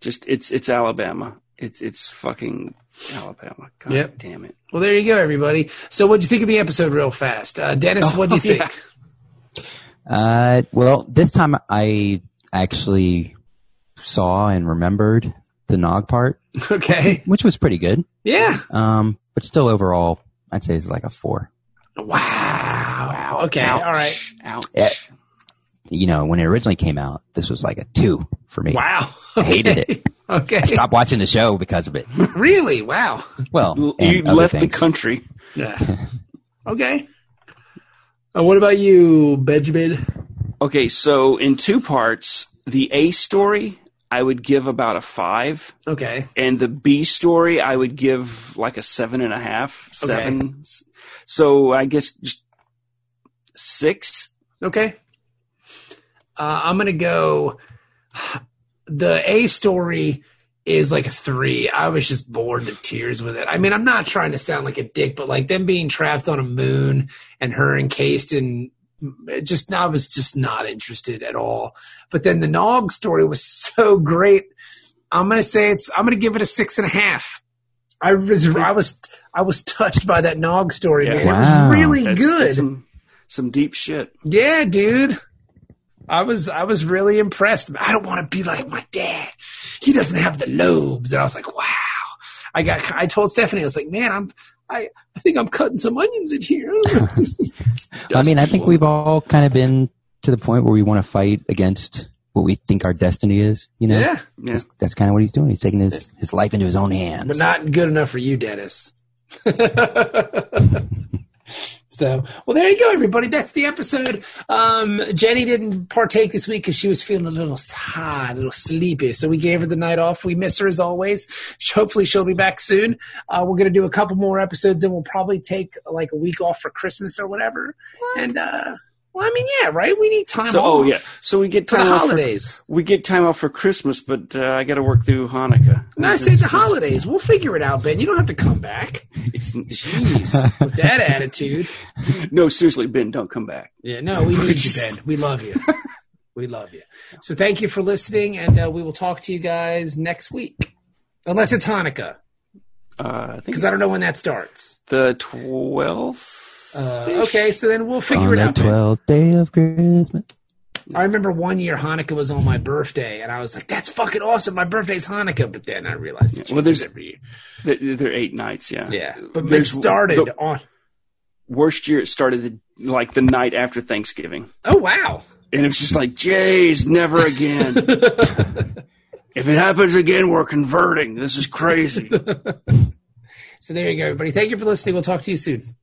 S3: just it's it's Alabama. It's it's fucking Alabama. God
S4: Yep.
S3: damn it.
S4: well, there you go, everybody. So what'd you think of the episode real fast? Uh,
S2: Oh,
S4: Dennis, what do you think? [LAUGHS]
S3: yeah.
S2: Uh, well, this time I actually saw and remembered the Nog part,
S4: Okay.
S2: which was pretty good.
S4: Yeah.
S2: Um, but still overall, I'd say it's like a four.
S4: Wow. Wow. Okay. All right.
S3: Ouch.
S2: Yeah. You know, when it originally came out, this was like a two for me.
S4: Wow.
S2: I hated it.
S4: [LAUGHS] Okay.
S2: Stop watching the show because of it.
S4: Really? Wow.
S2: Well,
S3: L-
S2: and
S3: you
S2: other
S3: left the
S2: things.
S3: country.
S4: Yeah. [LAUGHS] okay. Uh, what about you, Benjamin?
S3: Okay, so in two parts, the A story I would give about a five,
S4: Okay.
S3: and the B story I would give like a seven and a half, seven. So I guess just six.
S4: Okay. Uh, I'm gonna go. The A story is like a three. I was just bored to tears with it. I mean, I'm not trying to sound like a dick, but like them being trapped on a moon and her encased in it just I was just not interested at all. But then the Nog story was so great. I'm gonna say it's. I'm gonna give it a six and a half. I was I was I was touched by that Nog story.
S3: Yeah.
S4: Man.
S2: Wow.
S4: It was really
S3: That's-
S4: good.
S3: that's some, some deep shit.
S4: Yeah, dude. I was I was really impressed. I don't want to be like my dad. He doesn't have the lobes, and I was like, wow. I got. I told Stephanie, I was like, man, I'm. I, I think I'm cutting some onions in here. [LAUGHS]
S2: I mean, I think we've all kind of been to the point where we want to fight against what we think our destiny is. You know,
S4: yeah,
S3: Yeah.
S2: that's kind of what he's doing. He's taking his, his life into his own hands.
S4: but not good enough for you, Dennis. [LAUGHS] so, well, there you go, everybody. That's the episode. Um, Jenny didn't partake this week because she was feeling a little tired, a little sleepy. So we gave her the night off. We miss her as always. Sh- Hopefully, she'll be back soon. Uh, we're going to do a couple more episodes, and we'll probably take like a week off for Christmas or whatever. And uh, well, I mean, yeah, right. We need time
S3: So
S4: off
S3: oh yeah, so we get
S4: for the
S3: time off for
S4: holidays.
S3: we get time off for Christmas, but uh, I got to work through Hanukkah.
S4: No, I say the
S3: Mm-hmm.
S4: holidays. We'll figure it out, Ben. You don't have to come back.
S3: It's, [LAUGHS]
S4: Jeez, with that attitude.
S3: no, seriously, Ben, don't come back.
S4: Yeah, no, we need you, Ben. We love you. We love you. So thank you for listening, and uh, we will talk to you guys next week, unless it's Hanukkah,
S3: Uh, I think
S4: because I don't know when that starts.
S3: the twelfth.
S4: Uh, okay, so then we'll figure
S2: on
S4: it
S2: the
S4: out.
S2: twelfth day of Christmas.
S4: I remember one year Hanukkah was on my birthday, and I was like, "That's fucking awesome! My birthday's Hanukkah." But then I realized, it
S3: Well,
S4: changes
S3: there's-
S4: every year.
S3: There, there are eight nights. Yeah,
S4: Yeah, but it
S3: There's-
S4: started
S3: the-
S4: on.
S3: Worst year, it started the, like the night after Thanksgiving,
S4: Oh wow!
S3: and it was just like, "Jays, never
S4: [LAUGHS]
S3: again." if it happens again, we're converting. This is crazy.
S4: So there you go, everybody. Thank you for listening. We'll talk to you soon.